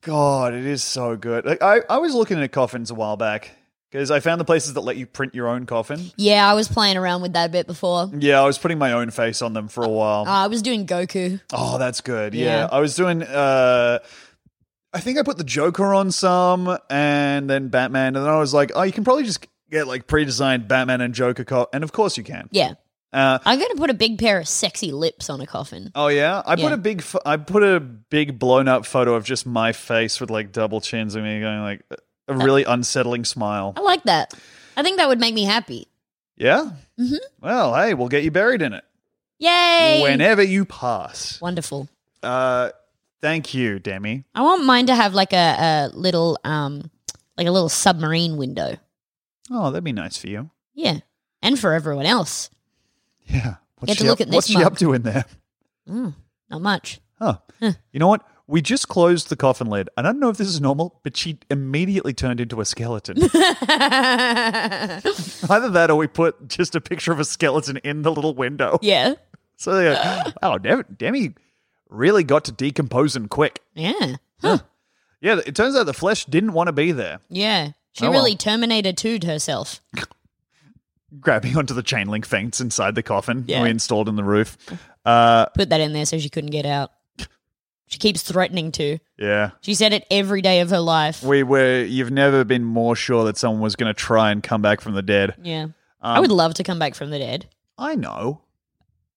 Speaker 5: God, it is so good. Like, I, I was looking at coffins a while back because I found the places that let you print your own coffin.
Speaker 4: Yeah, I was playing around with that a bit before. Uh,
Speaker 5: Yeah, I was putting my own face on them for a while.
Speaker 4: I was doing Goku.
Speaker 5: Oh, that's good. Yeah.
Speaker 4: Ah. Yeah.
Speaker 5: I was doing uh I think I put the Joker on some and then Batman and then I was like, "Oh, you can probably just get like pre-designed Batman and Joker co-. and of course you can."
Speaker 4: Yeah.
Speaker 5: Uh
Speaker 4: I'm going to put a big pair of sexy lips on a coffin.
Speaker 5: Oh yeah, I put
Speaker 4: Yeah.
Speaker 5: a big, pho- I put a big blown up photo of just my face with like double chins and me going like a really unsettling smile.
Speaker 4: I like that. I think that would make me happy.
Speaker 5: Yeah. Mm-hmm. Well, hey, we'll get you buried in it
Speaker 4: Yay!
Speaker 5: whenever you pass.
Speaker 4: Wonderful.
Speaker 5: Uh, thank you, Demi.
Speaker 4: I want mine to have like a, a little, um, like a little submarine window.
Speaker 5: Oh, that'd be nice for you.
Speaker 4: Yeah, and for everyone else,
Speaker 5: Yeah. What's
Speaker 4: Get to
Speaker 5: she
Speaker 4: look at
Speaker 5: up,
Speaker 4: this
Speaker 5: What's she
Speaker 4: mug.
Speaker 5: up to in there?
Speaker 4: Mm, not much.
Speaker 5: Huh. You know what? We just closed the coffin lid, and I don't know if this is normal, but she immediately turned into a skeleton.
Speaker 4: yeah.
Speaker 5: Either that, or we put just a picture of a skeleton in the little window. So they go, wow, Dem- Demi really got to decomposing quick.
Speaker 4: Yeah.
Speaker 5: Yeah, it turns out the flesh didn't want to be there.
Speaker 4: Yeah. She
Speaker 5: Oh, well.
Speaker 4: really Terminator 2'd herself.
Speaker 5: Grabbing onto the chain link fence inside the coffin
Speaker 4: Yeah.
Speaker 5: we installed in the roof. Uh,
Speaker 4: Put that in there so she couldn't get out. She keeps threatening to.
Speaker 5: yeah,
Speaker 4: She said it every day of her life.
Speaker 5: we were. You've never been more sure that someone was going to try and come back from the dead.
Speaker 4: yeah.
Speaker 5: Um,
Speaker 4: I would love to come back from the dead.
Speaker 5: I know.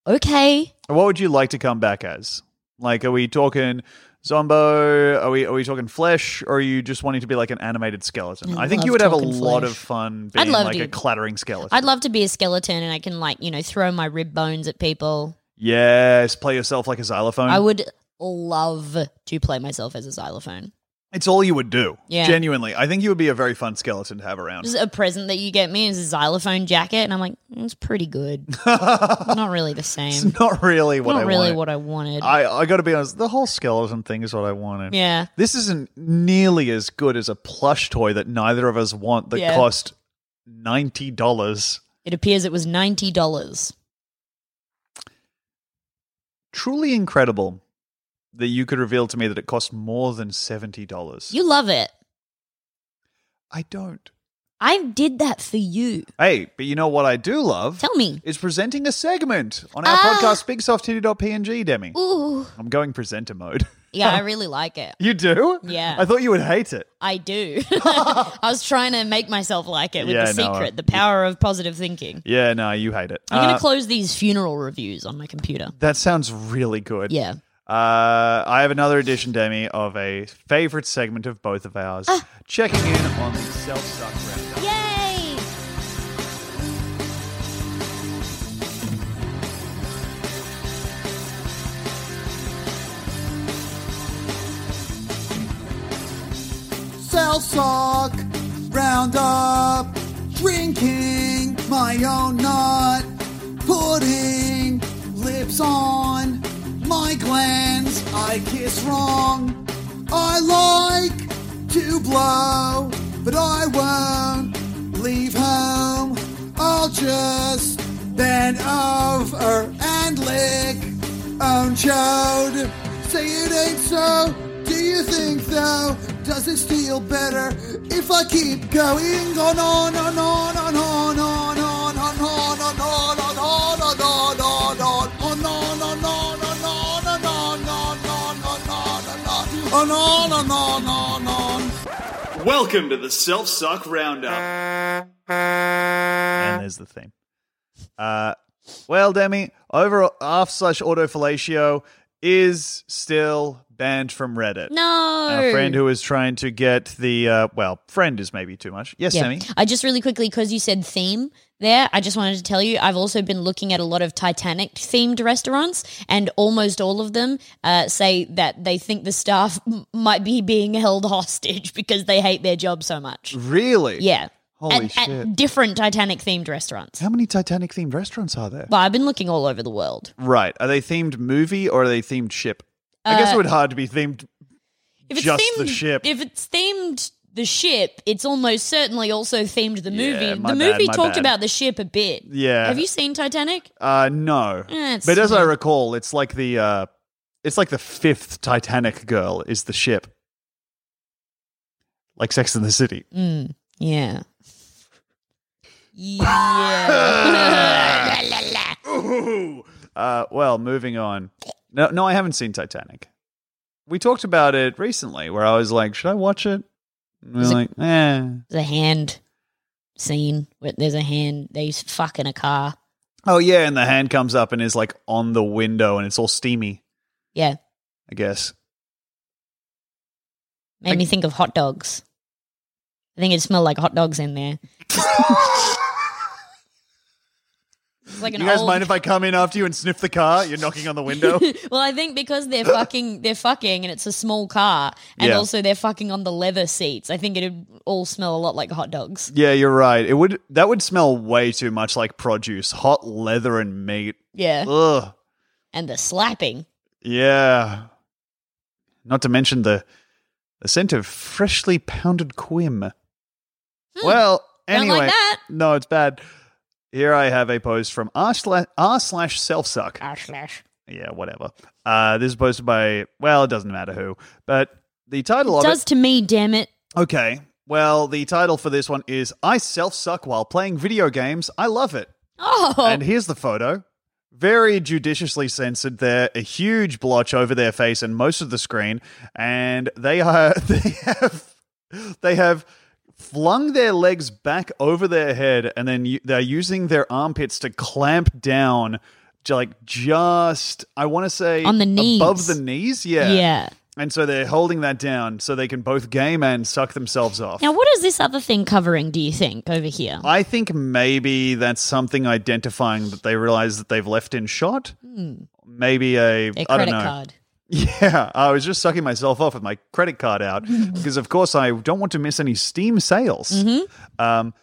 Speaker 4: Okay.
Speaker 5: What would you like to come back as? Like, are we talking Zombo? Are we are we talking flesh? Or are you just wanting to be like an animated skeleton?
Speaker 4: I
Speaker 5: I, think you
Speaker 4: love
Speaker 5: would have a
Speaker 4: talking
Speaker 5: lot
Speaker 4: flesh.
Speaker 5: of fun
Speaker 4: I'd
Speaker 5: being
Speaker 4: love
Speaker 5: like
Speaker 4: to-
Speaker 5: a clattering skeleton.
Speaker 4: I'd love to be a skeleton and I can like, you know, throw my rib bones at people.
Speaker 5: yes, play yourself like a xylophone.
Speaker 4: I would love to play myself as a xylophone.
Speaker 5: it's all you would do.
Speaker 4: Yeah.
Speaker 5: Genuinely, I think you would be a very fun skeleton to have around.
Speaker 4: Just a present that you get me is a xylophone jacket and I'm like, "Mm, it's pretty good. Not really the same.
Speaker 5: it's not really what
Speaker 4: Not
Speaker 5: I
Speaker 4: really
Speaker 5: wanted.
Speaker 4: what I wanted.
Speaker 5: I I got to be honest. The whole skeleton thing is what I wanted.
Speaker 4: yeah.
Speaker 5: This isn't nearly as good as a plush toy that neither of us want that
Speaker 4: Yeah.
Speaker 5: cost ninety dollars.
Speaker 4: It appears it was ninety dollars.
Speaker 5: Truly incredible that you could reveal to me that it cost more than seventy dollars.
Speaker 4: You love it.
Speaker 5: I don't.
Speaker 4: I did that for you.
Speaker 5: Hey, but you know what I do love
Speaker 4: Tell me.
Speaker 5: is presenting a segment on our
Speaker 4: Ah.
Speaker 5: podcast, BigSoftTitty.png, Demi.
Speaker 4: Ooh.
Speaker 5: I'm going presenter mode.
Speaker 4: Yeah, I really like it.
Speaker 5: you do?
Speaker 4: Yeah.
Speaker 5: I thought you would hate it.
Speaker 4: I do. I was trying to make myself like it with
Speaker 5: Yeah,
Speaker 4: the
Speaker 5: no,
Speaker 4: secret,
Speaker 5: uh,
Speaker 4: the power of positive thinking.
Speaker 5: Yeah, no, you hate it.
Speaker 4: I'm going
Speaker 5: Uh,
Speaker 4: to close these funeral reviews on my computer.
Speaker 5: that sounds really good.
Speaker 4: Yeah.
Speaker 5: Uh, I have another edition, Demi, of a favorite segment of both of ours.
Speaker 4: Ah.
Speaker 5: Checking in on the self suck roundup.
Speaker 2: Yay!
Speaker 6: Self sock, roundup, drinking my own nut, putting lips on my glands. I kiss wrong. I like to blow, but I won't leave home. I'll just bend over and lick own chode. Say it ain't so. Do you think though? Does it feel better if I keep going on on on on on on on on on on on on on on on on on on on on on on on on on on on on on on on on on on
Speaker 7: Welcome to the Self Suck Roundup.
Speaker 5: And there's the theme. Uh, well, Demi, over half slash auto fellatio is still banned from Reddit.
Speaker 4: No.
Speaker 5: Our friend who is trying to get the, uh, well, friend is maybe too much. Yes,
Speaker 4: Yeah.
Speaker 5: Demi?
Speaker 4: I just really quickly, because you said theme there, I just wanted to tell you I've also been looking at a lot of Titanic themed restaurants, and almost all of them uh, say that they think the staff m- might be being held hostage because they hate their job so much.
Speaker 5: Really?
Speaker 4: Yeah.
Speaker 5: Holy
Speaker 4: And
Speaker 5: shit.
Speaker 4: At different Titanic themed restaurants.
Speaker 5: How many Titanic themed restaurants are there?
Speaker 4: Well, I've been looking all over the world.
Speaker 5: Right. Are they themed movie or are they themed ship? I
Speaker 4: Uh,
Speaker 5: guess it would hard to be themed
Speaker 4: If
Speaker 5: Just the ship.
Speaker 4: If it's themed the ship, it's almost certainly also themed the movie.
Speaker 5: Yeah,
Speaker 4: the
Speaker 5: my bad,
Speaker 4: movie
Speaker 5: my
Speaker 4: talked
Speaker 5: bad.
Speaker 4: about the ship a bit.
Speaker 5: Yeah.
Speaker 4: Have you seen Titanic?
Speaker 5: Uh, no.
Speaker 4: Eh, it's-
Speaker 5: but as I recall, it's like the uh, it's like the fifth Titanic girl is the ship, like Sex in the City.
Speaker 4: Mm, yeah. Yeah. La, la, la.
Speaker 5: Ooh. Uh, well, moving on. No, no, I haven't seen Titanic. We talked about it recently, where I was like, "Should I watch it?" And we
Speaker 4: Is
Speaker 5: were
Speaker 4: it-
Speaker 5: like, "Eh."
Speaker 4: There's a hand scene where there's a hand. They fuck in a car.
Speaker 5: Oh yeah, and the hand comes up and is like on the window, and it's all steamy.
Speaker 4: Yeah.
Speaker 5: I guess.
Speaker 4: Made me think of hot dogs. I think it smelled like hot dogs in there. It's like an
Speaker 5: you guys
Speaker 4: old-
Speaker 5: mind if I come in after you and sniff the car? You're knocking on the window.
Speaker 4: well, I think because they're fucking, they're fucking, and it's a small car, and
Speaker 5: Yeah.
Speaker 4: also they're fucking on the leather seats. I think it'd all smell a lot like hot dogs.
Speaker 5: Yeah, you're right. It would that would smell way too much like produce, hot leather and meat.
Speaker 4: Yeah,
Speaker 5: Ugh.
Speaker 4: and the slapping.
Speaker 5: Yeah. Not to mention the the scent of freshly pounded quim. Well,
Speaker 4: Hmm. Don't like
Speaker 5: anyway,
Speaker 4: that.
Speaker 5: no, it's bad. Here I have a post from r slash r slash self suck.
Speaker 4: Ah, slash.
Speaker 5: Yeah, whatever. Uh, this is posted by well, it doesn't matter who, but the title of it
Speaker 4: Does to me, damn it.
Speaker 5: Okay. Well, the title for this one is I Self Suck While Playing Video Games. I Love It.
Speaker 4: Oh,
Speaker 5: And here's the photo. Very judiciously censored there, a huge blotch over their face and most of the screen. And they are they have they have flung their legs back over their head and then u- they're using their armpits to clamp down like just I want to say
Speaker 4: On the knees.
Speaker 5: above the knees. Yeah,
Speaker 4: Yeah.
Speaker 5: And so they're holding that down so they can both game and suck themselves off.
Speaker 4: Now, what is this other thing covering, do you think, over here?
Speaker 5: I think maybe that's something identifying that they realize that they've left in shot. Maybe a
Speaker 4: Their
Speaker 5: I don't
Speaker 4: credit
Speaker 5: know.
Speaker 4: card.
Speaker 5: Yeah, I was just sucking myself off with my credit card out because, of course, I don't want to miss any Steam sales. Um, comments-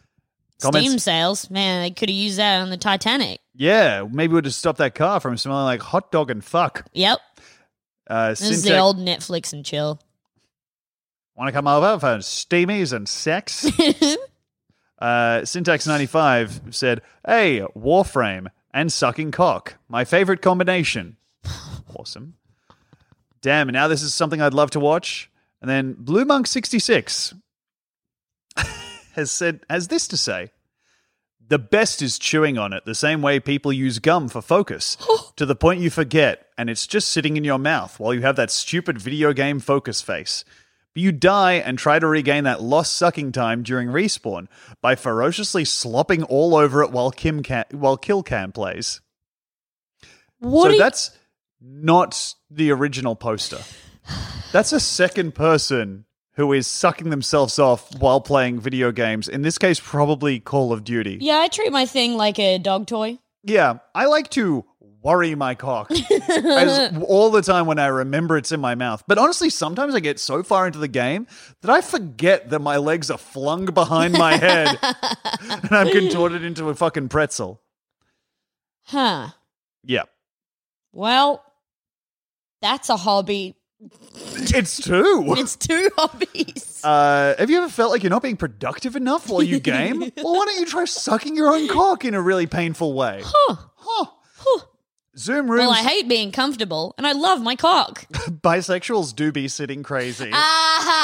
Speaker 4: Mm-hmm. Steam sales. Man, they could have used that on the Titanic.
Speaker 5: Yeah, maybe we'll just stop that car from smelling like hot dog and fuck.
Speaker 4: Yep.
Speaker 5: Uh,
Speaker 4: This is the old Netflix and chill.
Speaker 5: Want to come over for steamies and sex? uh, Syntax95 said, Hey, Warframe and sucking cock. My favorite combination. Awesome. Damn, now this is something I'd love to watch. And then Blue Monk66 has said, has this to say. The best is chewing on it, the same way people use gum for focus, to the point you forget, and it's just sitting in your mouth while you have that stupid video game focus face. But you die and try to regain that lost sucking time during respawn by ferociously slopping all over it while Kim Ca- while Kill Cam plays.
Speaker 4: What
Speaker 5: so
Speaker 4: are
Speaker 5: that's not the original poster. That's a second person who is sucking themselves off while playing video games. In this case, probably Call of Duty.
Speaker 4: you- yeah, I treat my thing like a dog toy.
Speaker 5: Yeah, I like to worry my cock as, all the time when I remember it's in my mouth. But honestly, sometimes I get so far into the game that I forget that my legs are flung behind my head and I'm contorted into a fucking pretzel.
Speaker 4: Huh.
Speaker 5: Yeah,
Speaker 4: Well, that's a hobby.
Speaker 5: it's two.
Speaker 4: It's two hobbies.
Speaker 5: Uh, have you ever felt like you're not being productive enough while you game? well, why don't you try sucking your own cock in a really painful way? Huh. Huh. Zoom rooms.
Speaker 4: Well, I hate being comfortable, and I love my cock.
Speaker 5: bisexuals do be sitting crazy.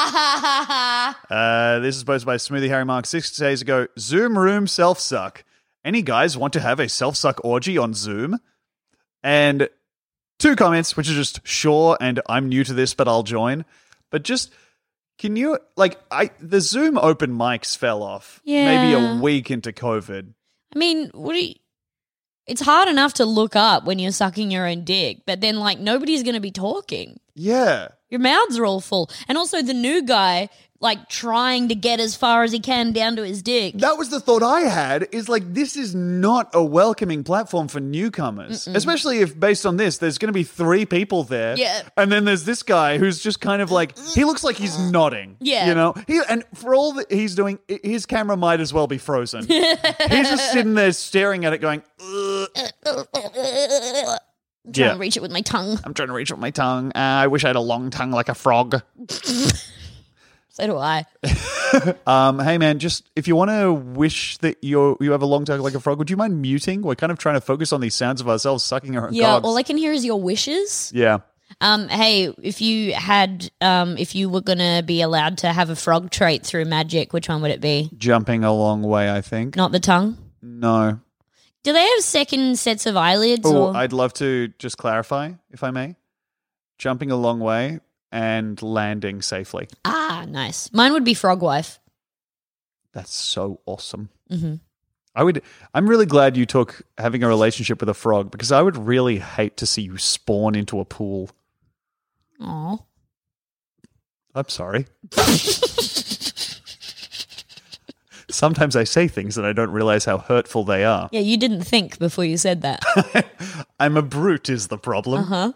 Speaker 4: Ah,
Speaker 5: Uh, this is posted by Smoothie Harry Mark six days ago. Zoom room self suck. Any guys want to have a self suck orgy on Zoom? And two comments, which are just sure, and I'm new to this, but I'll join. But just can you like I the Zoom open mics fell off maybe
Speaker 4: Yeah.
Speaker 5: a week into COVID.
Speaker 4: I mean, what do you? It's hard enough to look up when you're sucking your own dick, but then like nobody's going to be talking.
Speaker 5: Yeah.
Speaker 4: Your mouths are all full, and also the new guy like trying to get as far as he can down to his dick.
Speaker 5: That was the thought I had is like, this is not a welcoming platform for newcomers, especially if based on this, there's going to be three people there.
Speaker 4: Yeah.
Speaker 5: And then there's this guy who's just kind of like, he looks like he's nodding.
Speaker 4: Yeah.
Speaker 5: You know, he, and for all that he's doing, i- his camera might as well be frozen. he's just sitting there staring at it going, "Ugh,
Speaker 4: I'm trying
Speaker 5: Yeah.
Speaker 4: to reach it with my tongue.
Speaker 5: I'm trying to reach with my tongue. Uh, I wish I had a long tongue like a frog.
Speaker 4: So do I.
Speaker 5: Um, hey man, just if you want to wish that you you have a long tongue like a frog, would you mind muting? We're kind of trying to focus on these sounds of ourselves sucking our own
Speaker 4: Yeah.
Speaker 5: cocks.
Speaker 4: All I can hear is your wishes.
Speaker 5: yeah.
Speaker 4: Um, hey, if you had, um, if you were gonna be allowed to have a frog trait through magic, which one would it be?
Speaker 5: jumping a long way, I think.
Speaker 4: Not the tongue.
Speaker 5: No.
Speaker 4: Do they have second sets of eyelids?
Speaker 5: Oh,
Speaker 4: or?
Speaker 5: I'd love to just clarify, if I may. Jumping a long way and landing safely.
Speaker 4: ah, nice. Mine would be frog wife.
Speaker 5: That's so awesome.
Speaker 4: hmm
Speaker 5: I would I'm really glad you took having a relationship with a frog because I would really hate to see you spawn into a pool.
Speaker 4: Aw.
Speaker 5: I'm sorry. Sometimes I say things and I don't realize how hurtful they are.
Speaker 4: Yeah, you didn't think before you said that.
Speaker 5: I'm a brute is the problem.
Speaker 4: Uh huh.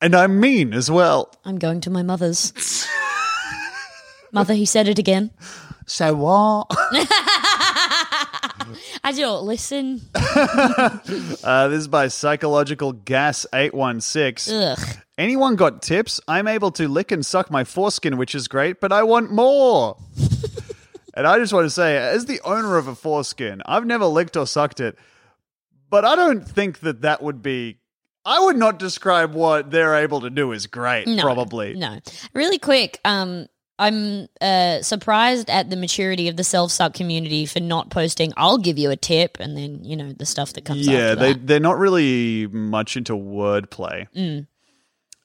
Speaker 5: And I'm mean as well.
Speaker 4: I'm going to my mother's. Mother, he said it again.
Speaker 5: So what?
Speaker 4: I don't listen.
Speaker 5: Uh, this is by Psychological Gas 816.
Speaker 4: Ugh.
Speaker 5: Anyone got tips? I'm able to lick and suck my foreskin, which is great, but I want more. and I just want to say, as the owner of a foreskin, I've never licked or sucked it, but I don't think that that would be. I would not describe what they're able to do as great,
Speaker 4: No,
Speaker 5: probably.
Speaker 4: No. Really quick, um, I'm uh, surprised at the maturity of the self sub community for not posting, I'll give you a tip, and then, you know, the stuff that comes
Speaker 5: yeah,
Speaker 4: after
Speaker 5: they
Speaker 4: that. Mm.
Speaker 5: they're not really much into wordplay.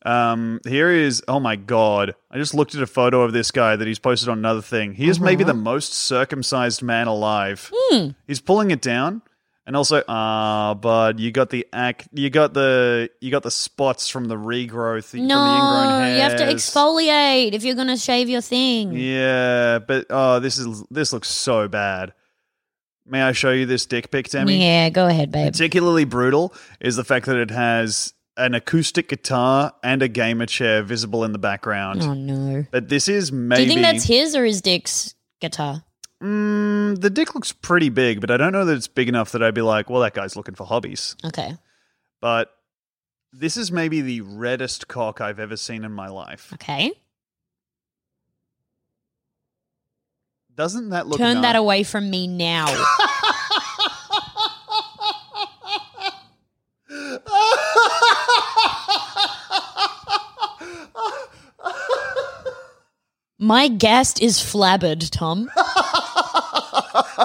Speaker 5: Um, here is oh my god! I just looked at a photo of this guy that he's posted on
Speaker 4: Uh-huh. Hmm.
Speaker 5: another thing. He is maybe the most circumcised man alive. He's pulling it down, And also, ah, bud, you got the ac- you got the you got the spots from the regrowth from the ingrown
Speaker 4: No,
Speaker 5: hairs.
Speaker 4: you have to exfoliate if you're going to shave your thing.
Speaker 5: Yeah, but oh, this is this looks so bad. May I show you this dick pic, Tammy?
Speaker 4: yeah, go ahead, babe.
Speaker 5: Particularly brutal is the fact that it has an acoustic guitar and a gamer chair visible in the background.
Speaker 4: Oh no.
Speaker 5: But this is
Speaker 4: Do
Speaker 5: maybe
Speaker 4: you think that's his or his dick's guitar?
Speaker 5: Mm, the dick looks pretty big, but I don't know that it's big enough that I'd be like, well, that guy's looking for hobbies.
Speaker 4: Okay.
Speaker 5: But this is maybe the reddest cock I've ever seen in my life.
Speaker 4: Okay.
Speaker 5: Doesn't that look
Speaker 4: Turn that
Speaker 5: gnarly?
Speaker 4: away from me now. My guest is flabbered, Tom.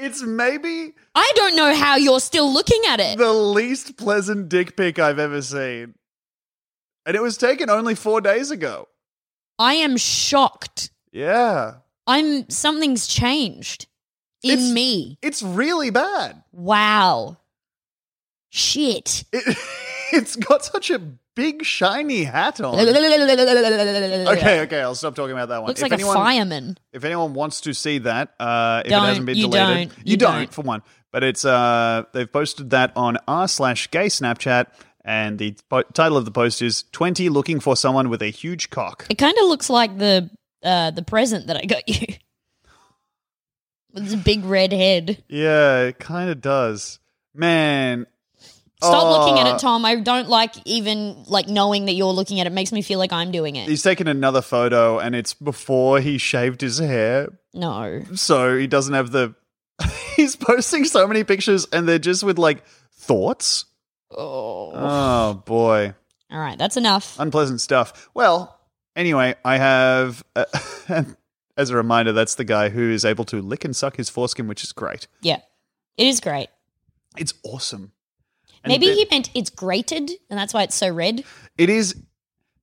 Speaker 5: It's maybe
Speaker 4: I don't know how you're still looking at it.
Speaker 5: the least pleasant dick pic I've ever seen. And it was taken only four days ago.
Speaker 4: I am shocked.
Speaker 5: Yeah.
Speaker 4: I'm something's changed in
Speaker 5: It's-
Speaker 4: me.
Speaker 5: It's really bad.
Speaker 4: Wow. Shit.
Speaker 5: It, it's got such a big shiny hat on.
Speaker 4: Okay.
Speaker 5: Oh. Okay, okay, I'll stop talking about that one.
Speaker 4: Looks
Speaker 5: If
Speaker 4: like
Speaker 5: anyone-
Speaker 4: a fireman.
Speaker 5: If anyone wants to see that, uh, if
Speaker 4: Don't.
Speaker 5: it hasn't been
Speaker 4: You
Speaker 5: deleted,
Speaker 4: don't. You
Speaker 5: don't,
Speaker 4: don't.
Speaker 5: for one. But it's uh, they've posted that on r slash gay Snapchat, and the po- title of the post is "20 Looking for Someone with a Huge Cock."
Speaker 4: It kind of looks like the uh, the present that I got you. With the big red head.
Speaker 5: Yeah, it kind of does, man.
Speaker 4: Stop
Speaker 5: Oh,
Speaker 4: looking at it, Tom. I don't like even like knowing that you're looking at it. Makes me feel like I'm doing it.
Speaker 5: He's taken another photo, and it's before he shaved his hair,
Speaker 4: No.
Speaker 5: so he doesn't have the. He's posting so many pictures, and they're just with like thoughts.
Speaker 4: Oh.
Speaker 5: Oh Uh, boy.
Speaker 4: All right, that's enough.
Speaker 5: unpleasant stuff. Well, anyway, I have. Uh, as a reminder, that's the guy who is able to lick and suck his foreskin, which is great.
Speaker 4: Yeah, it is great.
Speaker 5: It's awesome. And
Speaker 4: Maybe
Speaker 5: the-
Speaker 4: he meant it's grated, and that's why it's so red.
Speaker 5: It is.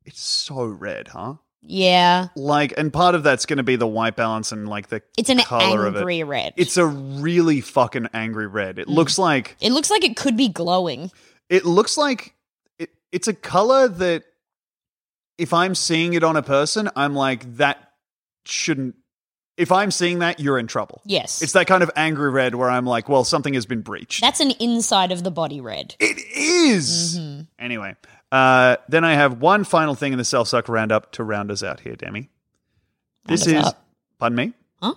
Speaker 5: It's so red, huh?
Speaker 4: Yeah,
Speaker 5: Like, and part of that's going to be the white balance and like the
Speaker 4: it's an
Speaker 5: color of it.
Speaker 4: angry Mm. red.
Speaker 5: It's a really fucking angry red. It looks like
Speaker 4: it looks like it could be glowing.
Speaker 5: it looks like it, it's a color that if I'm seeing it on a person, I'm like that shouldn't. If I'm seeing that, you're in trouble.
Speaker 4: Yes,
Speaker 5: It's that kind of angry red where I'm like, well, something has been breached.
Speaker 4: that's an inside of the body red.
Speaker 5: it is.
Speaker 4: Mm-hmm.
Speaker 5: Anyway, uh, then I have one final thing in the self suck roundup to round us out here, Demi. This
Speaker 4: us
Speaker 5: is,
Speaker 4: up.
Speaker 5: pardon me,
Speaker 4: Huh?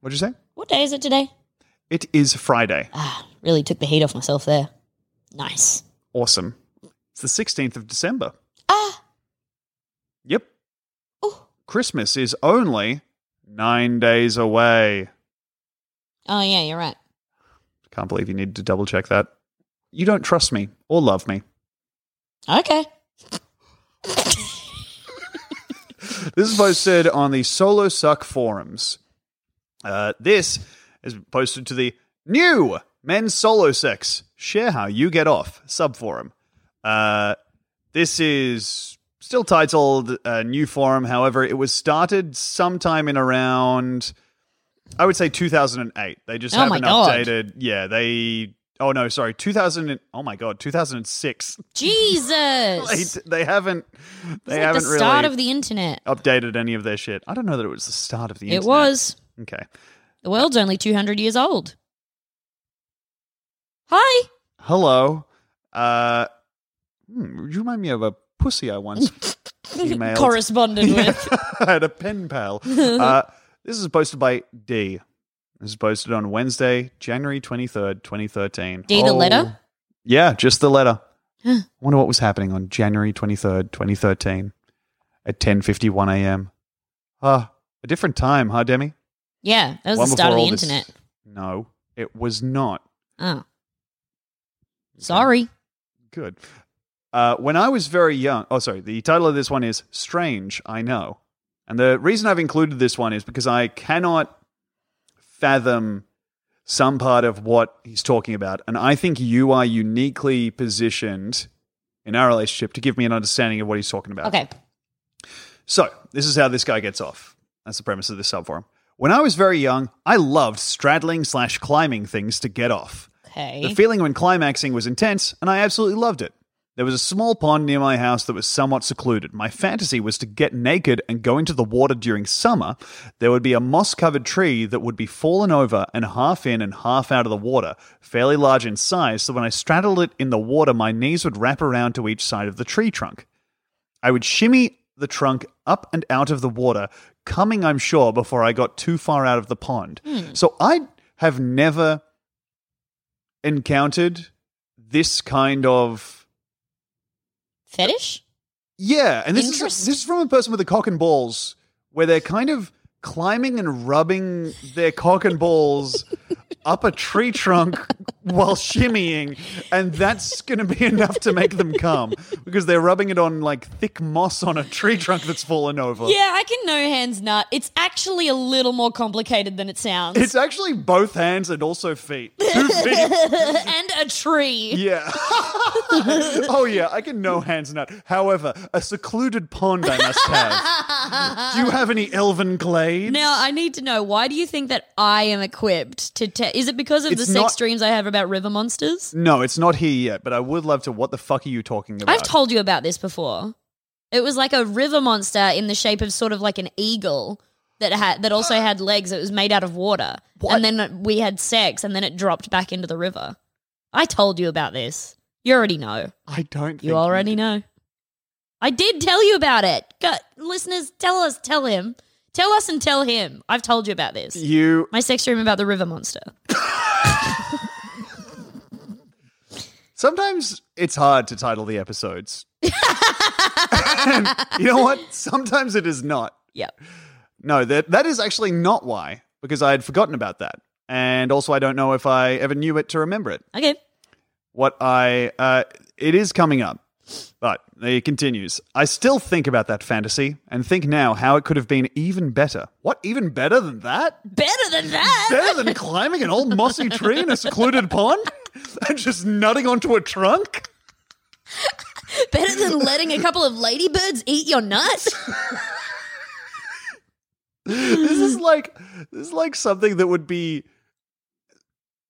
Speaker 5: what'd you say?
Speaker 4: What day is it today?
Speaker 5: It is Friday.
Speaker 4: Ah, really took the heat off myself there. Nice.
Speaker 5: Awesome. It's the 16th of December.
Speaker 4: Ah,
Speaker 5: Yep.
Speaker 4: Ooh.
Speaker 5: Christmas is only nine days away.
Speaker 4: oh yeah, you're right.
Speaker 5: Can't believe you needed to double check that. You don't trust me or love me.
Speaker 4: Okay.
Speaker 5: This is posted on the Solo Suck forums. Uh, this is posted to the new Men's Solo Sex. Share how you get off subforum. Uh, this is still titled uh, New Forum. However, it was started sometime in around, I would say 2008. They just
Speaker 4: Oh my
Speaker 5: haven't
Speaker 4: God.
Speaker 5: updated. Yeah, they. Oh no, sorry, 2000. and- Oh my God, 2006.
Speaker 4: Jesus.
Speaker 5: They,
Speaker 4: It's
Speaker 5: they haven't. They
Speaker 4: like the
Speaker 5: haven't
Speaker 4: start
Speaker 5: really
Speaker 4: of the internet.
Speaker 5: updated any of their shit. I don't know that it was the start of the internet.
Speaker 4: It was.
Speaker 5: Okay.
Speaker 4: The world's only 200 years old. Hi.
Speaker 5: Hello. Uh, hmm, you remind me of a pussy I once emailed.
Speaker 4: Corresponded with.
Speaker 5: I had a pen pal. Uh, this is posted by D. This is posted on Wednesday, January 23rd, 2013.
Speaker 4: D the letter?
Speaker 5: Oh, Yeah, just the letter. I wonder what was happening on January 23rd, 2013 at 10.51 a.m. Ah, a different time, huh, Demi?
Speaker 4: Yeah, that was
Speaker 5: One
Speaker 4: the start of
Speaker 5: before
Speaker 4: the
Speaker 5: all this-
Speaker 4: internet.
Speaker 5: No, it was not.
Speaker 4: Oh. Sorry.
Speaker 5: Good. Uh, when I was very young, oh, sorry, the title of this one is Strange, I Know. And the reason I've included this one is because I cannot fathom some part of what he's talking about. And I think you are uniquely positioned in our relationship to give me an understanding of what he's talking about.
Speaker 4: Okay.
Speaker 5: So, this is how this guy gets off. That's the premise of this subforum. When I was very young, I loved straddling slash climbing things to get off.
Speaker 4: Okay.
Speaker 5: The feeling when climaxing was intense, and I absolutely loved it. There was a small pond near my house that was somewhat secluded. My fantasy was to get naked and go into the water during summer. There would be a moss covered tree that would be fallen over and half in and half out of the water, fairly large in size, so when I straddled it in the water, my knees would wrap around to each side of the tree trunk. I would shimmy the trunk up and out of the water, coming, I'm sure, before I got too far out of the pond. So I have never encountered this kind of
Speaker 4: Fetish?
Speaker 5: yeah, and this is
Speaker 4: Interest.
Speaker 5: this is from a person with a cock and balls, where they're kind of climbing and rubbing their cock and balls up a tree trunk while shimmying, and that's going to be enough to make them come because they're rubbing it on like thick moss on a tree trunk that's fallen over.
Speaker 4: Yeah, I can no hands nut. It's actually a little more complicated than it sounds.
Speaker 5: It's actually both hands and also feet. Two feet.
Speaker 4: and a tree.
Speaker 5: Yeah. oh yeah, I can no hands nut. However, a secluded pond I must have. Do you have any elven glades?
Speaker 4: Now I need to know why do you think that I am equipped to? Te- is it because of
Speaker 5: It's
Speaker 4: the sex
Speaker 5: not-
Speaker 4: dreams I have about river monsters?
Speaker 5: No, it's not here yet, but I would love to. What the fuck are you talking about?
Speaker 4: I've told you about this before. It was like a river monster in the shape of sort of like an eagle that had that also had legs. It was made out of water, and then we had sex, and then it dropped back into the river. I told you about this. You already know.
Speaker 5: I don't. think
Speaker 4: You already
Speaker 5: did.
Speaker 4: know. I did tell you about it. Go, listeners, tell us, tell him, tell us, and tell him. I've told you about this.
Speaker 5: You.
Speaker 4: My sex dream about the river monster.
Speaker 5: Sometimes it's hard to title the episodes. And you know what? Sometimes it is not.
Speaker 4: Yep.
Speaker 5: No, that that is actually not why, because I had forgotten about that, and also I don't know if I ever knew it to remember it.
Speaker 4: Okay.
Speaker 5: what I uh, it is coming up. But it continues. I still think about that fantasy and think now how it could have been even better. What even better than that?
Speaker 4: Better than that.
Speaker 5: Better than climbing an old mossy tree in a secluded pond and just nutting onto a trunk?
Speaker 4: Better than letting a couple of ladybirds eat your nuts.
Speaker 5: This is like this is like something that would be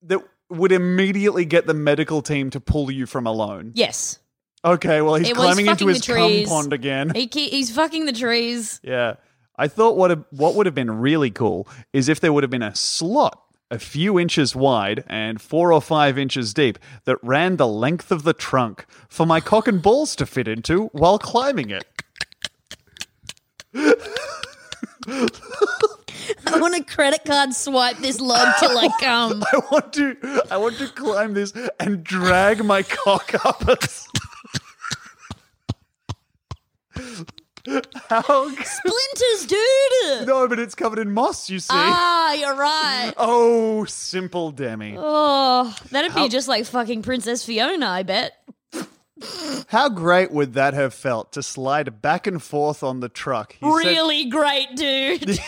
Speaker 5: that would immediately get the medical team to pull you from a loan.
Speaker 4: Yes.
Speaker 5: Okay, well he's
Speaker 4: It was
Speaker 5: climbing into
Speaker 4: fucking
Speaker 5: his
Speaker 4: the trees.
Speaker 5: cum pond again.
Speaker 4: He, ke- he's fucking the trees.
Speaker 5: Yeah. I thought what what would have been really cool is if there would have been a slot a few inches wide and four or five inches deep that ran the length of the trunk for my cock and balls to fit into while climbing it.
Speaker 4: I want a credit card swipe this log till I come.
Speaker 5: I want to I want to climb this and drag my cock up. a s- How?
Speaker 4: Splinters, dude.
Speaker 5: No, but it's covered in moss. You see?
Speaker 4: Ah, you're right.
Speaker 5: oh, simple Demi.
Speaker 4: Oh, that'd be just like fucking Princess Fiona, I bet.
Speaker 5: How great would that have felt to slide back and forth on the truck? He said-
Speaker 4: really great, dude.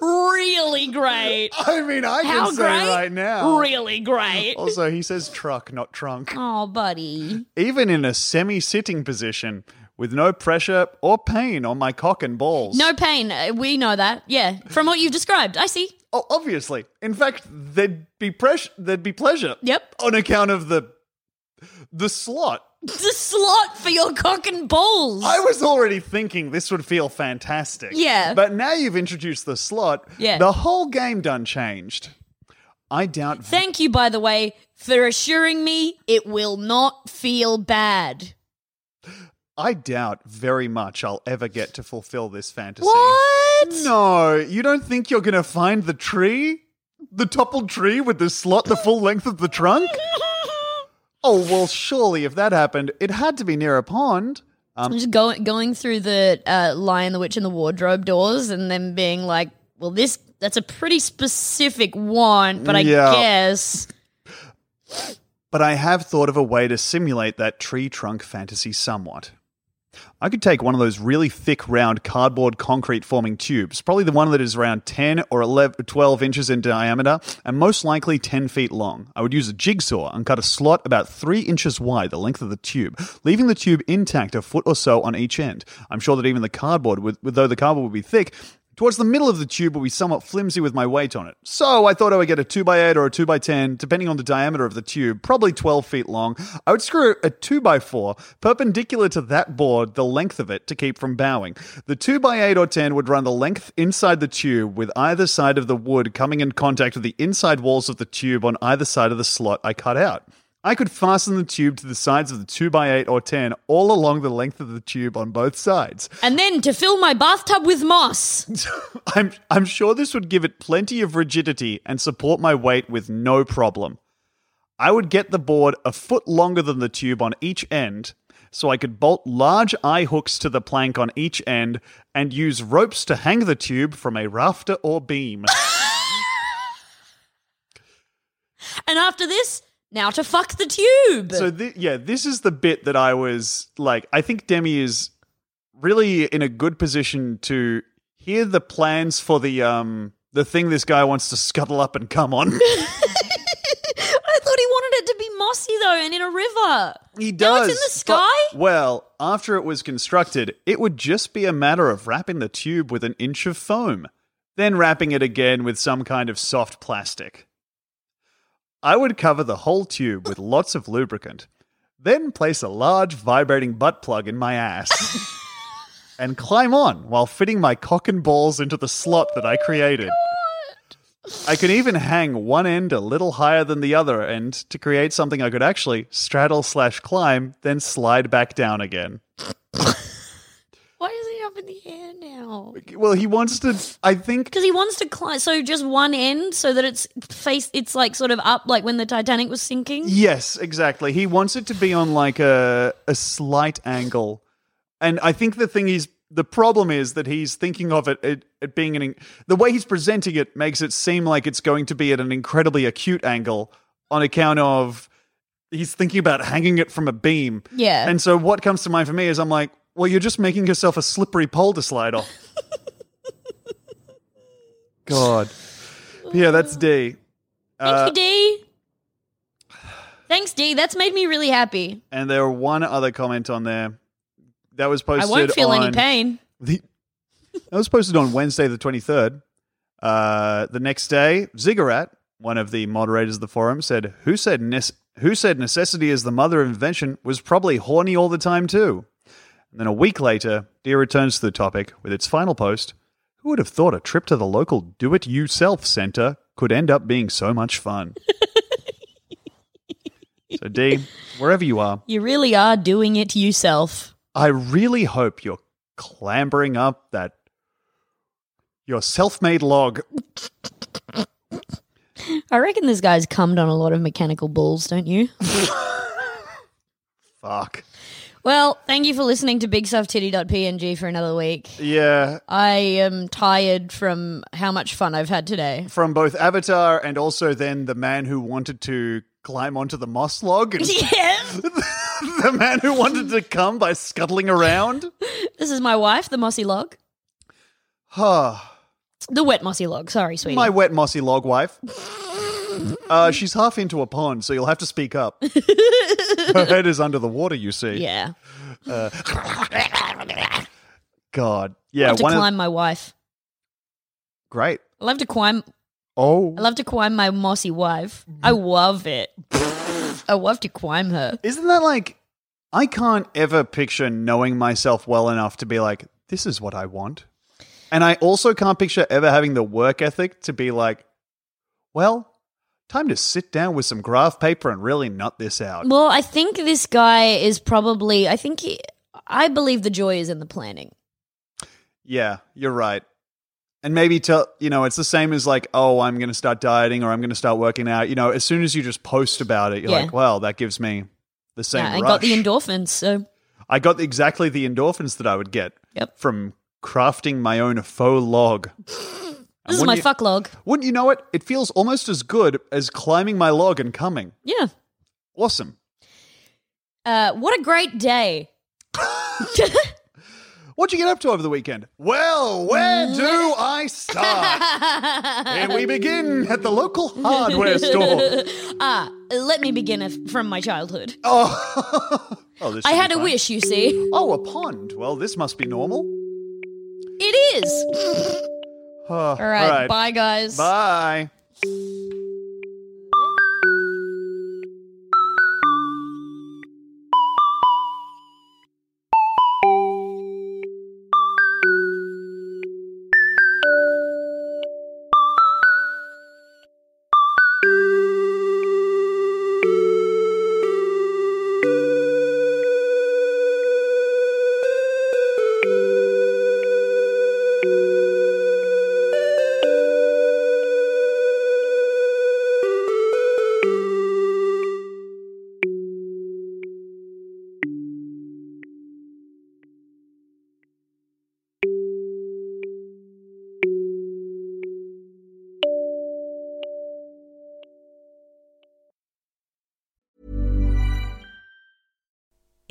Speaker 4: really great.
Speaker 5: I mean, I
Speaker 4: How
Speaker 5: can say
Speaker 4: great?
Speaker 5: right now.
Speaker 4: Really great.
Speaker 5: Also, he says truck, not trunk.
Speaker 4: Oh, buddy.
Speaker 5: Even in a semi sitting position with no pressure or pain on my cock and balls.
Speaker 4: No pain. Uh, We know that. Yeah. From what you've described. I see.
Speaker 5: Oh, obviously. In fact, there'd be pressure, there'd be pleasure.
Speaker 4: Yep.
Speaker 5: On account of the the slot.
Speaker 4: The slot for your cock and balls.
Speaker 5: I was already thinking this would feel fantastic.
Speaker 4: Yeah.
Speaker 5: But now you've introduced the slot.
Speaker 4: Yeah.
Speaker 5: The whole game done changed. I doubt
Speaker 4: Thank you, by the way, for assuring me it will not feel bad.
Speaker 5: I doubt very much I'll ever get to fulfill this fantasy.
Speaker 4: What?
Speaker 5: No, you don't think you're going to find the tree? The toppled tree with the slot the full length of the trunk? Oh, well, surely if that happened, it had to be near a pond.
Speaker 4: I'm just going going through the uh, Lion, the Witch, and the Wardrobe doors, and then being like, "Well, this that's a pretty specific want, but I
Speaker 5: Yeah.
Speaker 4: guess
Speaker 5: But I have thought of a way to simulate that tree trunk fantasy somewhat. I could take one of those really thick, round cardboard concrete forming tubes, probably the one that is around 10 or 11, 12 inches in diameter and most likely 10 feet long. I would use a jigsaw and cut a slot about 3 inches wide, the length of the tube, leaving the tube intact a foot or so on each end. I'm sure that even the cardboard, would, though the cardboard would be thick, Towards the middle of the tube will be somewhat flimsy with my weight on it. So I thought I would get a 2x8 or a 2x10, depending on the diameter of the tube, probably 12 feet long. I would screw a 2x4 perpendicular to that board, the length of it, to keep from bowing. The 2x8 or 10 would run the length inside the tube, with either side of the wood coming in contact with the inside walls of the tube on either side of the slot I cut out. I could fasten the tube to the sides of the 2x8 or 10 all along the length of the tube on both sides.
Speaker 4: And then to fill my bathtub with moss.
Speaker 5: I'm I'm sure this would give it plenty of rigidity and support my weight with no problem. I would get the board a foot longer than the tube on each end, so I could bolt large eye hooks to the plank on each end and use ropes to hang the tube from a rafter or beam.
Speaker 4: And after this, now to fuck the tube.
Speaker 5: so thi- yeah, this is the bit that I was like I think Demi is really in a good position to hear the plans for the um the thing this guy wants to scuttle up and come on.
Speaker 4: I thought he wanted it to be mossy though and in a river.
Speaker 5: He does.
Speaker 4: Now it's in the sky?
Speaker 5: But- well, after it was constructed, it would just be a matter of wrapping the tube with an inch of foam, then wrapping it again with some kind of soft plastic. I would cover the whole tube with lots of lubricant, then place a large vibrating butt plug in my ass, and climb on while fitting my cock and balls into the slot that I created. I could even hang one end a little higher than the other end to create something I could actually straddle slash climb, then slide back down again.
Speaker 4: Why is it up in the air now?
Speaker 5: Well, he wants to. I think.
Speaker 4: Because he wants to climb, so just one end, so that it's face, it's like sort of up, like when the Titanic was sinking.
Speaker 5: Yes, exactly. He wants it to be on like a a slight angle, and I think the thing he's the problem is that he's thinking of it it, it being an in- the way he's presenting it makes it seem like it's going to be at an incredibly acute angle on account of he's thinking about hanging it from a beam.
Speaker 4: Yeah.
Speaker 5: And so what comes to mind for me is I'm like, well, you're just making yourself a slippery pole to slide off. God. Yeah, that's D.
Speaker 4: Thank you, D. Thanks, D. That's made me really happy.
Speaker 5: And there were one other comment on there that was
Speaker 4: I
Speaker 5: posted.
Speaker 4: won't feel
Speaker 5: on
Speaker 4: any pain.
Speaker 5: The, that was posted on Wednesday, the twenty third. Uh, the next day, Ziggurat, one of the moderators of the forum, said, "Who said nes- who said necessity is the mother of invention was probably horny all the time too." And then a week later, Deer returns to the topic with its final post. Who would have thought a trip to the local do-it-yourself center could end up being so much fun? so, D, wherever you are,
Speaker 4: You really are doing it yourself.
Speaker 5: I really hope you're clambering up that your self-made log.
Speaker 4: I reckon this guy's cummed on a lot of mechanical balls, don't you?
Speaker 5: Fuck.
Speaker 4: Well, thank you for listening to BigSoftTitty.png for another week.
Speaker 5: Yeah,
Speaker 4: I am tired from how much fun I've had today.
Speaker 5: from both Avatar and also then the man who wanted to climb onto the moss log and
Speaker 4: Yes.
Speaker 5: the man who wanted to come by scuttling around.
Speaker 4: This is my wife, the mossy log.
Speaker 5: Huh.
Speaker 4: The wet mossy log. Sorry, sweetie.
Speaker 5: My wet mossy log wife. Uh, she's half into a pond, so you'll have to speak up. Her head is under the water, you see. Uh,
Speaker 4: yeah.
Speaker 5: God.
Speaker 4: I
Speaker 5: Yeah,
Speaker 4: love to
Speaker 5: one of-
Speaker 4: climb my wife.
Speaker 5: great.
Speaker 4: I love to climb
Speaker 5: Oh.
Speaker 4: I love to climb my mossy wife. I love it. I love to climb her.
Speaker 5: Isn't that like I can't ever picture knowing myself well enough to be like, this is what I want. And I also can't picture ever having the work ethic to be like, well, time to sit down with some graph paper and really nut this out.
Speaker 4: Well, I think this guy is probably I think he, I believe the joy is in the planning.
Speaker 5: Yeah, you're right. And maybe tell you know, it's the same as like, oh, I'm gonna start dieting or I'm gonna start working out. You know, as soon as you just post about it, you're
Speaker 4: Yeah.
Speaker 5: like, well, that gives me the same.
Speaker 4: Yeah, I
Speaker 5: rush.
Speaker 4: got the endorphins, so
Speaker 5: I got exactly the endorphins that I would get
Speaker 4: Yep.
Speaker 5: from crafting my own faux log.
Speaker 4: this is
Speaker 5: wouldn't
Speaker 4: my
Speaker 5: you-
Speaker 4: fuck log.
Speaker 5: Wouldn't you know it? It feels almost as good as climbing my log and coming.
Speaker 4: Yeah.
Speaker 5: Awesome.
Speaker 4: Uh, what a great day.
Speaker 5: What'd you get up to over the weekend? Well, where
Speaker 4: Mm.
Speaker 5: do I start? and we begin at the local hardware store.
Speaker 4: Ah, let me begin af- from my childhood.
Speaker 5: Oh, oh this
Speaker 4: I
Speaker 5: should be
Speaker 4: had a
Speaker 5: fun.
Speaker 4: wish, you see.
Speaker 5: Oh, a pond. Well, this must be normal.
Speaker 4: It is.
Speaker 5: all
Speaker 2: right, bye, guys.
Speaker 5: Bye.